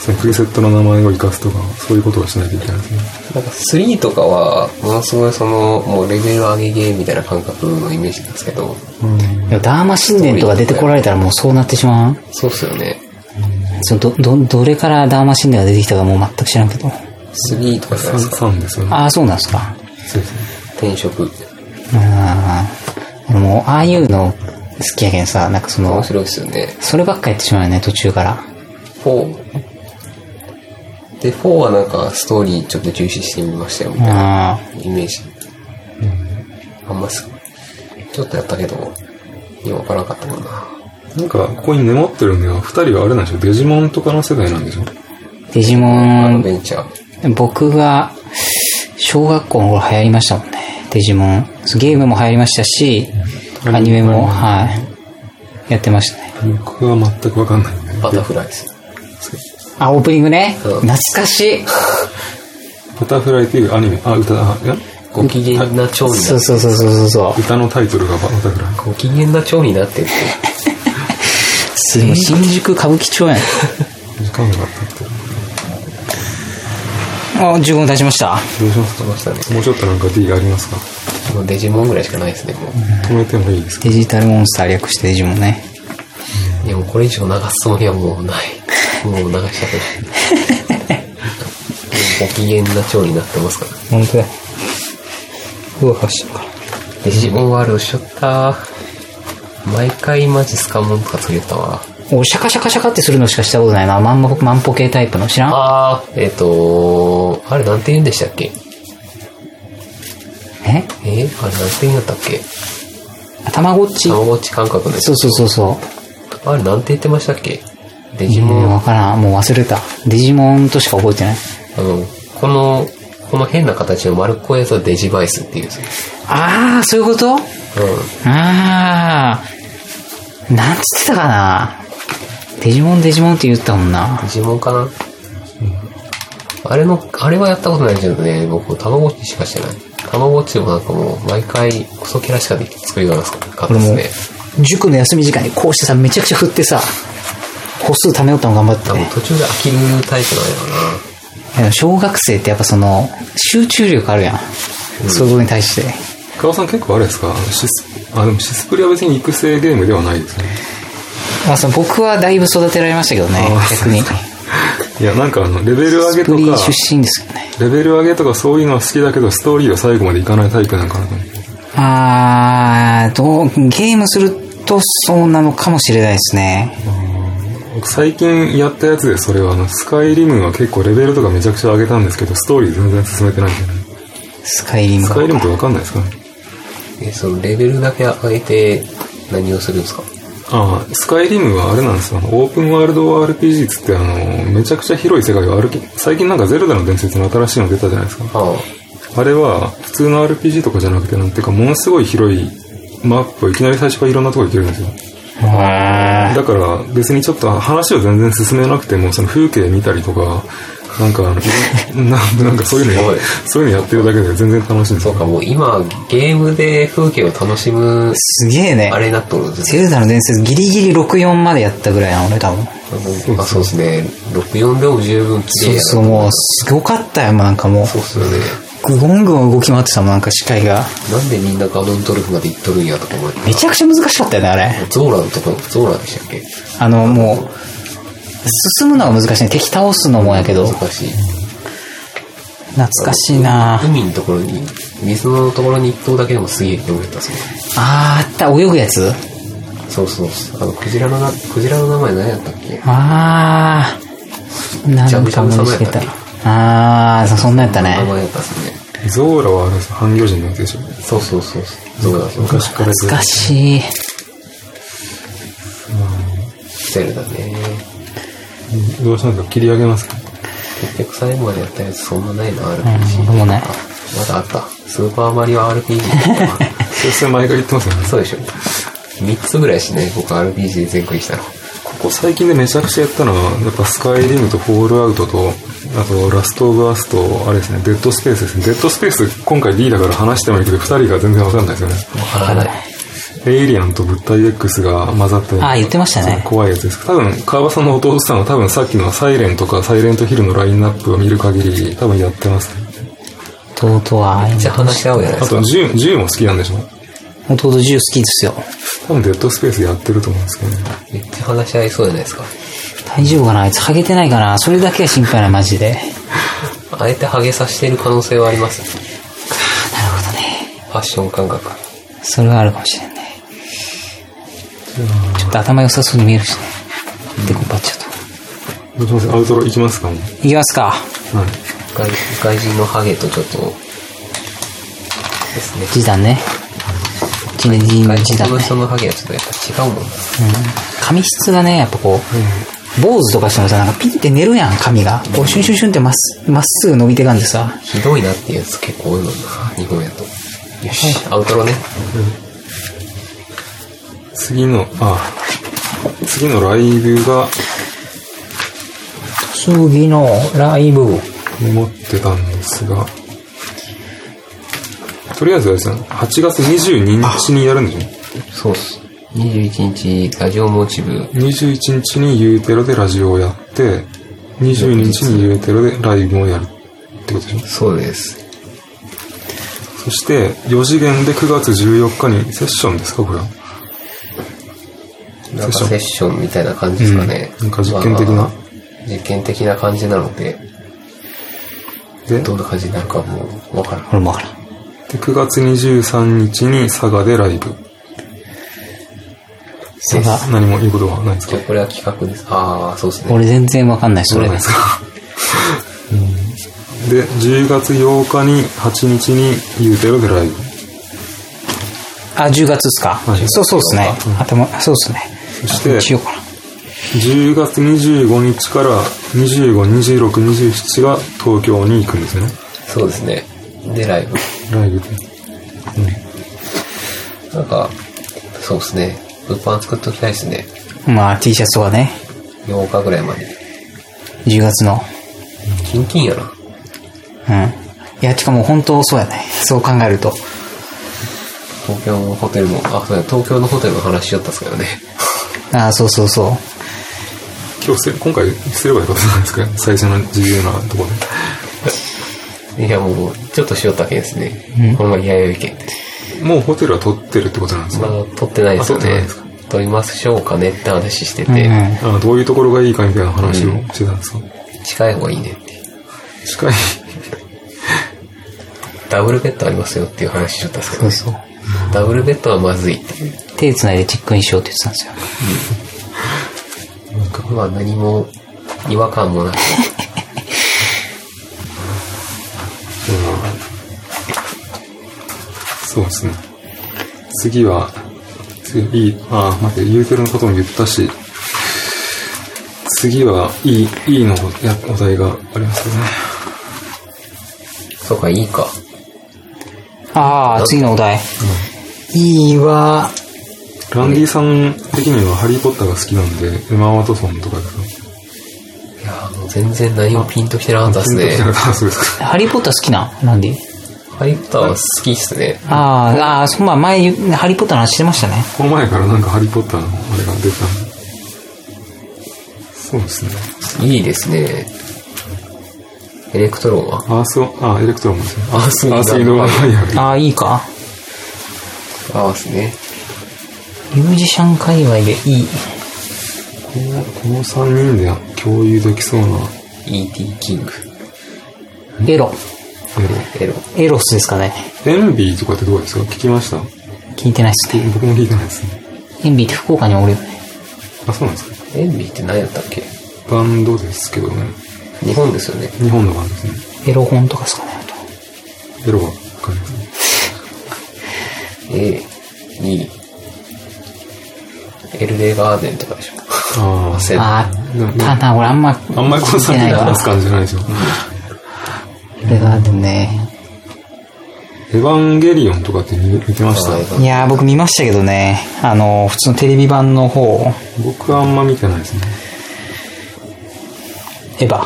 [SPEAKER 3] そのプリセットの名前を生かすとか、そういうことをしないといけないですね。
[SPEAKER 4] なんか3とかは、ものすごいその、もうレベル上げゲーみたいな感覚のイメージなんですけど、
[SPEAKER 2] いや、ダーマ神殿とか出てこられたらもうそうなってしまう
[SPEAKER 4] そうっすよね。
[SPEAKER 2] そのど、ど、どれからダーマ神殿が出てきたかもう全く知らんけど。
[SPEAKER 4] 3とかじゃないですか。
[SPEAKER 3] 3ですよね。
[SPEAKER 2] ああ、そうなんですか。
[SPEAKER 3] そうですね。
[SPEAKER 4] 転職。
[SPEAKER 2] うん。俺もう、ああいうの好きやけんさ、なんかそ
[SPEAKER 4] 面
[SPEAKER 2] の、
[SPEAKER 4] 白いっすよね。
[SPEAKER 2] そればっかやってしまうよね、途中から。
[SPEAKER 4] 4。で、4はなんかストーリーちょっと重視してみましたよ、みたいな
[SPEAKER 2] ああ。
[SPEAKER 4] イメージ。あんます、ちょっとやったけど、よくわからなかったもんな。
[SPEAKER 3] なんか、ここにメモってるんでは、二人はあれなんでしょう、デジモンとかの世代なんでしょう。
[SPEAKER 2] デジモ
[SPEAKER 4] アド
[SPEAKER 2] ン、
[SPEAKER 4] ベンチャー。
[SPEAKER 2] 僕が、小学校の頃流行りましたもんね。デジモン。ゲームも流行りましたし、アニメも、はい。やってましたね。
[SPEAKER 3] 僕は全くわかんないんで。
[SPEAKER 4] バタフライです。
[SPEAKER 2] あ、オープニングね。
[SPEAKER 4] うん
[SPEAKER 2] 懐かしい。
[SPEAKER 3] バタフライっていうアニメ、あ、歌、あ、いや
[SPEAKER 4] ご機嫌な蝶に
[SPEAKER 2] そう
[SPEAKER 4] なって、
[SPEAKER 2] そうそうそうそうそう。
[SPEAKER 3] 歌のタイトルがバタフライ。
[SPEAKER 4] ご機嫌な蝶になってって、
[SPEAKER 2] すごい新宿歌舞伎町やん。
[SPEAKER 3] 時間が経ってる。
[SPEAKER 2] あ、15分経ちました。
[SPEAKER 3] どうしますか
[SPEAKER 4] ましたね。
[SPEAKER 3] もうちょっとなんか D がありますか
[SPEAKER 4] もうデジモンぐらいしかないですね、もう。
[SPEAKER 3] 止めてもいいですか
[SPEAKER 2] デジタルモンスター略してデジモンね。
[SPEAKER 4] いや、もうこれ以上流すつもりはもうない。もう流したくない。ご機嫌な蝶になってますから。
[SPEAKER 2] 本当だ。うわ、走るか。
[SPEAKER 4] デジモンワールドしちゃった。毎回マジスカモンとか作れたわ。
[SPEAKER 2] お、シャカシャカシャカってするのしかしたことないな。マンマ、マンポ系タイプの。知らん
[SPEAKER 4] あー、えっ、とあれなんて言うんでしたっけ
[SPEAKER 2] え
[SPEAKER 4] えあれなんて言うんだったっけ
[SPEAKER 2] あたまごっち
[SPEAKER 4] たまごっち感覚のや
[SPEAKER 2] そ
[SPEAKER 4] つ
[SPEAKER 2] うそうそうそ
[SPEAKER 4] あれなんて言ってましたっけデ
[SPEAKER 2] う。
[SPEAKER 4] ジモ
[SPEAKER 2] う
[SPEAKER 4] ン、
[SPEAKER 2] ん
[SPEAKER 4] あ
[SPEAKER 2] わからん。もう忘れた。デジモンとしか覚えてない。
[SPEAKER 4] の、この、この変な形の丸っこいやつはデジバイスっていうんです
[SPEAKER 2] あー、そういうこと
[SPEAKER 4] よ。
[SPEAKER 2] あー。なんつってたかなデジモンデジモンって言ったもん
[SPEAKER 4] うん。
[SPEAKER 2] な。
[SPEAKER 4] デジモンかなあれの、あれはやったことないけどね、僕、たまごっちしかしてない。たまごっちもなんかもう、毎回、細キャラしかでき作りがなかった
[SPEAKER 2] 俺
[SPEAKER 4] で
[SPEAKER 2] も
[SPEAKER 4] すね。
[SPEAKER 2] 塾の休み時間にこうしてさ、めちゃくちゃ振ってさ、歩数貯めようとも頑張って
[SPEAKER 4] 多分
[SPEAKER 2] ね。
[SPEAKER 4] 途中で飽きるタイプなんやろうな。
[SPEAKER 2] でも小学生ってやっぱその、集中力あるやん。そういうことに対して。
[SPEAKER 3] 川尾さん結構あれですかシス、あ、でもシスプリは別に育成ゲームではないですね。
[SPEAKER 2] まあその僕はだいぶ育てられましたけどね
[SPEAKER 3] あー、
[SPEAKER 2] 逆に。
[SPEAKER 3] いや、なんかあの、レベル上
[SPEAKER 2] ス
[SPEAKER 3] げと
[SPEAKER 2] プリ
[SPEAKER 3] か、
[SPEAKER 2] 出身ですよね。
[SPEAKER 3] レベル上げとかそういうのは好きだけど、ストーリーは最後までいかないタイプなんかなと思って。
[SPEAKER 2] あー、どう、ゲームするとそうなのかもしれないですね。
[SPEAKER 3] 僕最近やったやつでそれはあのスカイリムは結構レベルとかめちゃくちゃ上げたんですけどストーリー全然進めてないんで、ね、
[SPEAKER 2] スカイリム
[SPEAKER 3] スカイリムってわかんないですかね
[SPEAKER 4] え、そのレベルだけ上げて何をするんですか
[SPEAKER 3] ああスカイリムはあれなんですよオープンワールド RPG っつってあのめちゃくちゃ広い世界を歩き最近なんかゼルダの伝説の新しいの出たじゃないですか
[SPEAKER 4] ああ、
[SPEAKER 3] あれは普通の RPG とかじゃなくてなんていうかものすごい広いマップをいきなり最初からいろんなとこ行けるんですよだから別にちょっと話を全然進めなくてもその風景見たりとかなんかあのなんなんかそういうの
[SPEAKER 4] すご
[SPEAKER 3] や
[SPEAKER 4] い
[SPEAKER 3] そういうのやってるだけで全然楽しいんです
[SPEAKER 4] そ
[SPEAKER 3] よ
[SPEAKER 4] うか、もう今、ゲームで風景を楽しむ、
[SPEAKER 2] すげえね
[SPEAKER 4] あ。れになっとるんです
[SPEAKER 2] ゼ
[SPEAKER 4] ね。
[SPEAKER 2] ルダの伝説ギリギリ64までやったぐらいなの俺多分。
[SPEAKER 4] あそうですね。64でも十分綺
[SPEAKER 2] そ
[SPEAKER 4] 麗
[SPEAKER 2] う
[SPEAKER 4] や
[SPEAKER 2] そう、もうすごかったよ、もうなんかもう。
[SPEAKER 4] そうっすよね。
[SPEAKER 2] ぐゴンゴン動き回ってたもん、なんか視界が。
[SPEAKER 4] なんでみんなガノントルフまで行っとるんやとか思って。
[SPEAKER 2] めちゃくちゃ難しかったよね、あれ。
[SPEAKER 4] ゾーラのとこ、ゾーラでしたっけ
[SPEAKER 2] あの、もう、進むのが難しいね。敵倒すのもやけど、
[SPEAKER 4] 難しい。
[SPEAKER 2] 懐かしいな
[SPEAKER 4] 海のところに、水のところに一頭だけでもすげえって思ったっすね。
[SPEAKER 2] あー、あった、泳ぐやつ
[SPEAKER 4] そうそうそう。あの、クジラのな、クジラの名前何やったっけ
[SPEAKER 2] あー、なんかもうしてた。あー、そそんなんやったね
[SPEAKER 4] 名。前やったっすね。
[SPEAKER 3] ゾーラはあれです半魚人のやつでしょ
[SPEAKER 4] そうそうそうそう。ゾーラそう
[SPEAKER 3] 昔からずっ
[SPEAKER 2] 懐かしい。
[SPEAKER 4] ゼルダね。
[SPEAKER 3] とどうしたんですか切り上げますか
[SPEAKER 4] 結局最後までやったやつそんなないな、
[SPEAKER 2] う
[SPEAKER 4] RPG。
[SPEAKER 2] ん、もうね。
[SPEAKER 4] まだあった。スーパーマリオ RPG と か。
[SPEAKER 3] そして毎回言ってますよね
[SPEAKER 4] そうでしょ。3つぐらいしね、僕 RPG 全クリしたの。
[SPEAKER 3] ここ最近でめちゃくちゃやったのはやっぱスカイリムとホールアウトとあとラストオブアースとあれですねデッドスペースですねデッドスペース今回 D だから話してもいいけど2人が全然わかんないですよね
[SPEAKER 4] わからない。
[SPEAKER 3] エイリアンと物体 X が混ざって
[SPEAKER 2] あー言ってましたね
[SPEAKER 3] 怖いやつです。多分、川端さんの弟さんは多分さっきのサイレンとかサイレントヒルのラインナップを見る限り多分やってます、ね。
[SPEAKER 2] 弟は、
[SPEAKER 4] じゃあ話し合おうじゃない
[SPEAKER 3] あ
[SPEAKER 4] ですか。
[SPEAKER 3] と、銃、銃も好きなんでしょ
[SPEAKER 2] 弟銃好きですよ。
[SPEAKER 3] 多分デッドスペースやってると思うんですけどね。
[SPEAKER 4] めっちゃ話し合いそうじゃないですか。
[SPEAKER 2] 大丈夫かなあいつハゲてないかなそれだけは心配ない、マジで。
[SPEAKER 4] あえてハゲさせてる可能性はあります。
[SPEAKER 2] なるほどね。
[SPEAKER 4] ファッション感覚。
[SPEAKER 2] それはあるかもしれんね。ちょっと頭良さそうに見えるしね。でこばっちゃと。
[SPEAKER 3] どうしますアウトロ行きますかもう。
[SPEAKER 2] いきますか。
[SPEAKER 3] はい。
[SPEAKER 4] 外外人のハゲとちょっと、ですね。
[SPEAKER 2] 時短ね。ジネジン
[SPEAKER 4] 外
[SPEAKER 2] 時短
[SPEAKER 4] 人の
[SPEAKER 2] ね。
[SPEAKER 4] 人のハゲはちょっとやっぱ違うもんな。
[SPEAKER 2] 髪質がね、やっぱこう、坊主とかしてもさ、なんかピンって寝るやん、髪が。こう、シュンシュンシュンってまっすまっすぐ伸びてかんでさ。
[SPEAKER 4] ひどいなっていうやつ結構多いもんな。日本やと。よし、アウトロね。
[SPEAKER 3] 次の、あ、次のライブが
[SPEAKER 2] 次のライブ。
[SPEAKER 3] 持ってたんですが、とりあえずあれですね、8月22日にやるんでしょ
[SPEAKER 4] そうっす。21日、ラジオモーチブ、
[SPEAKER 3] 21日にユーテロでラジオをやって、22日にユーテロでライブをやるってことでしょ
[SPEAKER 4] そうです。
[SPEAKER 3] そして、4次元で9月14日にセッションですかこれは。
[SPEAKER 4] なんかセッションみたいな感じですかね。
[SPEAKER 3] うんなんか実験的な
[SPEAKER 4] まあ実験的な感じなので、
[SPEAKER 3] で、で
[SPEAKER 4] どんな感じになるかもうわからん。
[SPEAKER 2] これもわからん。
[SPEAKER 3] 9月23日に佐賀でライブ。
[SPEAKER 2] それが、
[SPEAKER 3] 何も言うことはないです
[SPEAKER 4] じ
[SPEAKER 3] か
[SPEAKER 4] ゃあこれは企画です。ああ、そうですね。
[SPEAKER 2] 俺全然わかんない、それ。
[SPEAKER 3] ないですかうんで、10月8日に、8日にユーテロでライブ。
[SPEAKER 2] あ、10月ですか
[SPEAKER 3] はい。
[SPEAKER 2] そうそうですね。頭、そうですね。
[SPEAKER 3] そして
[SPEAKER 2] しようかな。
[SPEAKER 3] 10月25日から25、26、27が東京に行くんですよね。
[SPEAKER 4] そうですね。で、ライブ。
[SPEAKER 3] ライブで。
[SPEAKER 4] なんか、そうですね。物販作っときたいですね。
[SPEAKER 2] まあ、T シャツとかね、
[SPEAKER 4] 8日ぐらいまで。
[SPEAKER 2] 10月の。
[SPEAKER 4] キンキンやな。
[SPEAKER 2] うん。いや、てかもう本当そうやね。そう考えると。
[SPEAKER 4] 東京のホテルも、あ、そうや、東京のホテルの話しよったっすけどね。
[SPEAKER 2] ああ、そうそうそ
[SPEAKER 3] 今日せ、今回すればよかったじゃないですか。最初の自由なところで。
[SPEAKER 4] いや、もう、ちょっとしよったけんです
[SPEAKER 2] う
[SPEAKER 4] ね
[SPEAKER 2] ん。
[SPEAKER 4] ほんまに弥生県。
[SPEAKER 3] もうホテルは取ってるってことなんです
[SPEAKER 4] ま
[SPEAKER 3] か、
[SPEAKER 4] だ撮ってないですよ
[SPEAKER 3] あ撮ってない
[SPEAKER 4] ね
[SPEAKER 3] ですか。
[SPEAKER 4] 撮りましょうかねって話して
[SPEAKER 2] う。うん、う
[SPEAKER 4] て、
[SPEAKER 2] ん。
[SPEAKER 3] あどういうところがいいかみたいな話をしてたんですか、
[SPEAKER 4] 近い方がいいねって。
[SPEAKER 3] 近い。
[SPEAKER 4] ダブルベッドありますよっていう話しちゃったんですけど
[SPEAKER 2] そう
[SPEAKER 4] ね、
[SPEAKER 2] そう。
[SPEAKER 4] ダブルベッドはまずいっていう。
[SPEAKER 2] 手繋いでチェックインしようって言ってたんですよ。
[SPEAKER 4] まあ何も違和感もなく、
[SPEAKER 3] そうですね。次は、次、いい、あ、待って、ゆうてるのことも言ったし、次は、いい、いいのおやお題がありますよね。
[SPEAKER 4] そうか、いいか。
[SPEAKER 2] ああ、次のお題。いいわ。
[SPEAKER 3] ランディさん的にはハリーポッターが好きなんで、エマ・ワトソンとかですか
[SPEAKER 4] いやーもう全然何もピンときてなかったです
[SPEAKER 3] ピンとき
[SPEAKER 4] ね
[SPEAKER 3] て。なかったそう ですか。
[SPEAKER 2] ハリーポッター好きなんなんで
[SPEAKER 4] ハリーポッターは好きっすね。
[SPEAKER 2] ああ、ああ、そまあ前言う、ハリーポッターの話してましたね。
[SPEAKER 3] この前からなんかハリーポッターのあれが出たんでそうですね。
[SPEAKER 4] いいですね。エレクトロンは
[SPEAKER 3] アースオン、あ、エレクトロンもですね。
[SPEAKER 4] アース
[SPEAKER 3] アースインドワンファイアリー。
[SPEAKER 2] ああ、いいか。
[SPEAKER 4] 合わすね。
[SPEAKER 2] ミュージシャン界隈でいい。
[SPEAKER 3] この、この3人で共有できそうな
[SPEAKER 4] E.T. キング。
[SPEAKER 2] エロ。
[SPEAKER 4] エロ。
[SPEAKER 2] エロスですかね。
[SPEAKER 3] エロ。エンビーとかってどうですか聞きました
[SPEAKER 2] 聞いてないっすね。
[SPEAKER 3] 僕も聞いてないですね。
[SPEAKER 2] エンビーって福岡におるよね。
[SPEAKER 3] あ、そうなんですか
[SPEAKER 4] エンビーって何やったっけ
[SPEAKER 3] バンドですけどね。
[SPEAKER 4] 日本ですよね。
[SPEAKER 3] 日本のバンドですね。
[SPEAKER 2] エロ本とかですかね。あと
[SPEAKER 3] エロばっかりですね。
[SPEAKER 4] A、E、エルレガーデンとかでしょ。
[SPEAKER 3] あ
[SPEAKER 4] 忘れた
[SPEAKER 2] ああ、ただ俺あんま、
[SPEAKER 3] あ。あんまりこ
[SPEAKER 2] 聞いて
[SPEAKER 3] の3人
[SPEAKER 2] ない
[SPEAKER 3] で
[SPEAKER 2] から
[SPEAKER 3] 話す感じじゃないですよ。
[SPEAKER 2] これがあってね。
[SPEAKER 3] エヴァンゲリオンとかって見見てました
[SPEAKER 4] はい
[SPEAKER 2] いやー、僕見ましたけどね。あの、普通のテレビ版の方、
[SPEAKER 3] 僕はあんま見てないですね。
[SPEAKER 2] エヴァ。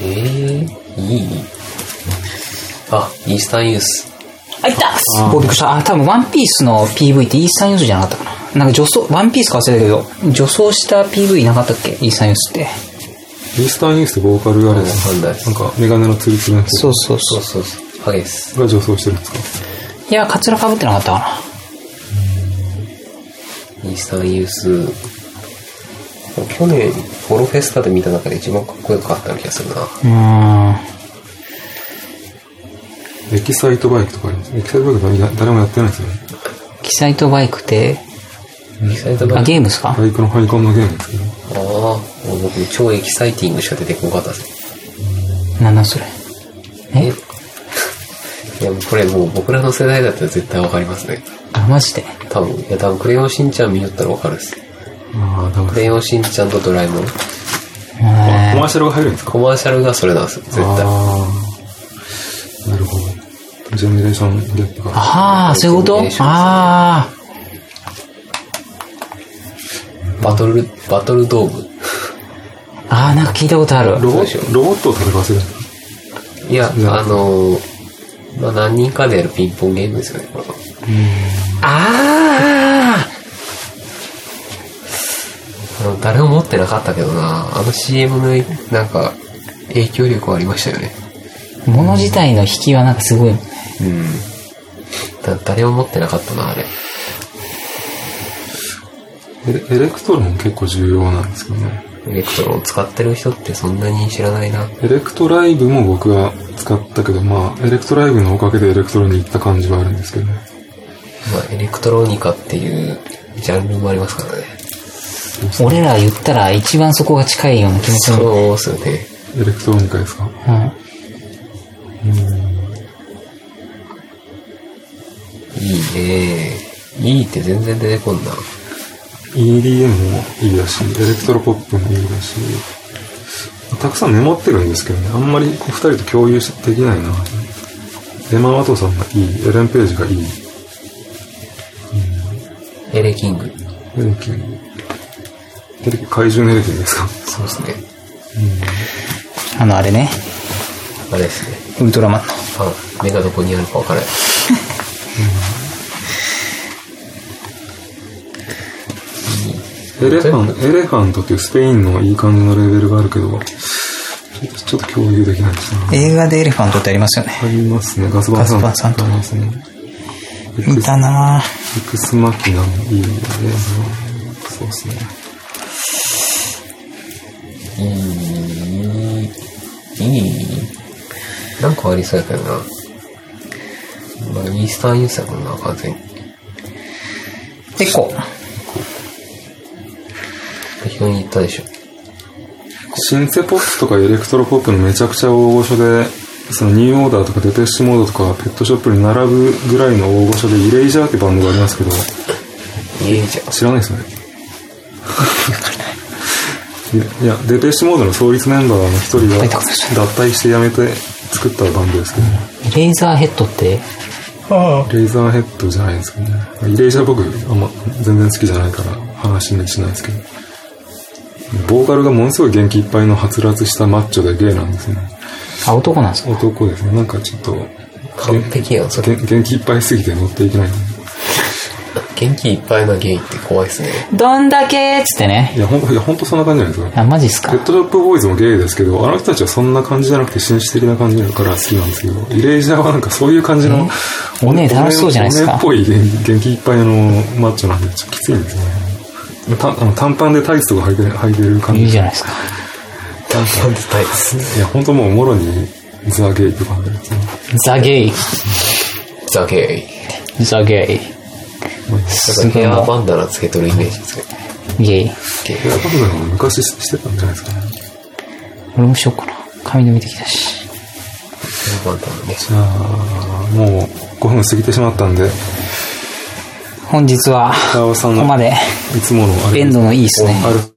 [SPEAKER 4] えー、いいあ、イースタンユース。
[SPEAKER 2] あ、いった僕びっくりした。あ、多分ワンピースの PV ってイースタンユースじゃなかったかな。なんか女装、ワンピースか忘れたけど、女装した PV なかったっけイースタンユースって。
[SPEAKER 3] イースタンユースってボーカルあれです
[SPEAKER 4] わかん
[SPEAKER 3] ね。
[SPEAKER 4] ない
[SPEAKER 3] なんかメガネのツルツルの人
[SPEAKER 2] そうそうそ
[SPEAKER 4] そうう。そうそう。ハゲです。
[SPEAKER 3] が女装してるんですか
[SPEAKER 2] いや、カツラ被ってなかったかな。
[SPEAKER 4] イースタンユース。去年、フォロフェスタで見た中で一番かっこよかったような気がするな。
[SPEAKER 2] うーん。
[SPEAKER 3] エキサイトバイクとかあります。エキサイトバイクは誰もやってないですよね。
[SPEAKER 2] キサイトバイクって、
[SPEAKER 4] エキサイトバ
[SPEAKER 2] あ、
[SPEAKER 4] イク。
[SPEAKER 2] ゲームですか
[SPEAKER 3] バイクのファイコンのゲームですけど。
[SPEAKER 4] ああ、もう僕超エキサイティングしか出てこなかったです。
[SPEAKER 2] なんなんそれ。え
[SPEAKER 4] いや、もうこれもう僕らの世代だったら絶対わかりますね。
[SPEAKER 2] あ、マジで。
[SPEAKER 4] 多分。いや、多分クレヨンしんちゃん見よったらわかるです。
[SPEAKER 3] ああ、ダメ
[SPEAKER 4] ク
[SPEAKER 3] です。
[SPEAKER 4] レヨンしんちゃんとドラえもん。
[SPEAKER 3] あ
[SPEAKER 2] え
[SPEAKER 3] コマーシャルが入るんですか
[SPEAKER 4] コマーシャルがそれなんですよ、絶対。
[SPEAKER 3] ああ、なるほど。ジェネレーションギャップが。
[SPEAKER 2] ああ、そういうことあ
[SPEAKER 4] バトル、バトルドーム。
[SPEAKER 2] あ。ああ、なんか聞いたことある。
[SPEAKER 3] ロボ
[SPEAKER 4] そうでしょ
[SPEAKER 3] ロボットを戦わせる。
[SPEAKER 4] いや、
[SPEAKER 3] うん
[SPEAKER 4] あのーまあ、何人かでやるピンポンゲームですよね、これは。
[SPEAKER 2] あ
[SPEAKER 4] あの誰も持ってなかったけどな、あの CM の、なんか、影響力はありましたよね。
[SPEAKER 2] あ。物自体の引きはなんかすごい。
[SPEAKER 4] うん。だ誰も持ってなかったな、あれ。
[SPEAKER 3] エエレクトロン結構重要なんですけどね。
[SPEAKER 4] エレクトロン使ってる人ってそんなに知らないな。
[SPEAKER 3] エレクトライブも僕は使ったけど、まあ、エレクトライブのおかげでエレクトロに行った感じはあるんですけどね。
[SPEAKER 4] まあ、エレクトロニカっていうジャンルもありますからね。
[SPEAKER 2] 俺ら言ったら一番そこが近いような気もする。
[SPEAKER 4] そうですよね。
[SPEAKER 3] エレクトロニカですか
[SPEAKER 2] うん。
[SPEAKER 4] いいねいいって全然出てこんな。
[SPEAKER 3] ?EDM もいいだし、エレクトロポップもいいだし、たくさんメモってるんですけどね、あんまりこう二人と共有しできないな。エマ・ワトソンがいい、エレン・ページがいい、
[SPEAKER 4] エレキング。
[SPEAKER 3] エレキン、エレキ、怪獣のエレキンですか
[SPEAKER 4] そうですね。
[SPEAKER 2] あの、あれね、
[SPEAKER 4] あれですね。
[SPEAKER 2] ウルトラマンの。
[SPEAKER 4] パン、目がどこにあるかわからない。
[SPEAKER 3] エレファン、エレファントっていうスペインのいい感じのレベルがあるけど、ちょっとちょっと共有できないですね。
[SPEAKER 2] 映画でエレファントってありますよね。
[SPEAKER 3] ありますね、ガスバーさん。
[SPEAKER 2] ガスバーさんと
[SPEAKER 3] ありますね。エ
[SPEAKER 2] 見
[SPEAKER 3] クス
[SPEAKER 2] たなぁ。
[SPEAKER 3] エクスマキナもいいよね。そうですね。
[SPEAKER 4] いい、いい。なんかありそうやけどな。まあ、イースタンユースやもんな、完全に。
[SPEAKER 2] 結構。
[SPEAKER 4] 適当に言ったでしょ。
[SPEAKER 3] シンセポップとかエレクトロポップのめちゃくちゃ大御所で、そのニューオーダーとかデペッシュモードとかペットショップに並ぶぐらいの大御所でイレイジャーってバンドがありますけど、
[SPEAKER 4] いいじゃん。
[SPEAKER 3] 知らないですね。いやいや、デペッシュモードの創立メンバーの一人が
[SPEAKER 2] 入ったことない
[SPEAKER 3] 脱退して辞めて作ったバンドですけど、
[SPEAKER 2] レーザーヘッドって、
[SPEAKER 3] レイザーヘッドじゃないですけどね。イレイジャー僕、あんま全然好きじゃないから話にしないですけど、ボーカルがものすごい元気いっぱいのはつらつしたマッチョでゲイなんですね。
[SPEAKER 2] あ、男なんですか
[SPEAKER 3] 男ですね。なんかちょっと、
[SPEAKER 4] 完璧やん、それ。
[SPEAKER 3] げ元気いっぱいすぎて乗っていけない。
[SPEAKER 4] 元気いっぱいなゲイって怖いっ すね。
[SPEAKER 2] どんだけーっつってね。
[SPEAKER 3] いや、ほんと、いや、ほんとそんな感じじゃないですか。
[SPEAKER 2] あ、マジっすか
[SPEAKER 3] ペットショップボーイズもゲイですけど、あの人たちはそんな感じじゃなくて紳士的な感じだから好きなんですけど、イレイジャーはなんかそういう感じの、
[SPEAKER 2] おねえ楽しそうじゃないですか
[SPEAKER 3] おねえっぽい元元気いっぱいのマッチョなんで、ちょっときついんですね。たあの短パンでタイツとか履いてる履いてる感
[SPEAKER 2] いい
[SPEAKER 3] じ。
[SPEAKER 2] じゃないですか。
[SPEAKER 4] 短パンでタイツ。
[SPEAKER 3] いや、ほんともうもろにザ・ゲイって感じですね。
[SPEAKER 2] ザゲイ。
[SPEAKER 4] ザゲイ。
[SPEAKER 2] ザゲイ。す
[SPEAKER 4] なんか
[SPEAKER 2] げ
[SPEAKER 4] ヘ
[SPEAKER 2] え
[SPEAKER 4] ア
[SPEAKER 2] な。
[SPEAKER 4] バンダナつけとるイメージですけど。
[SPEAKER 2] ゲイ。
[SPEAKER 3] いや、僕らも昔ししてたんじゃないですかね。
[SPEAKER 2] 俺もしよっかな。髪伸びてきたし。
[SPEAKER 4] ヘアバンダナね。
[SPEAKER 3] じゃあ、もう5分過ぎてしまったんで、
[SPEAKER 2] 本日は、
[SPEAKER 3] 川尾さ
[SPEAKER 2] こ
[SPEAKER 3] ん
[SPEAKER 2] こ
[SPEAKER 3] の
[SPEAKER 2] まで、
[SPEAKER 3] いつものあれ
[SPEAKER 2] エンドのいいですね。
[SPEAKER 3] ある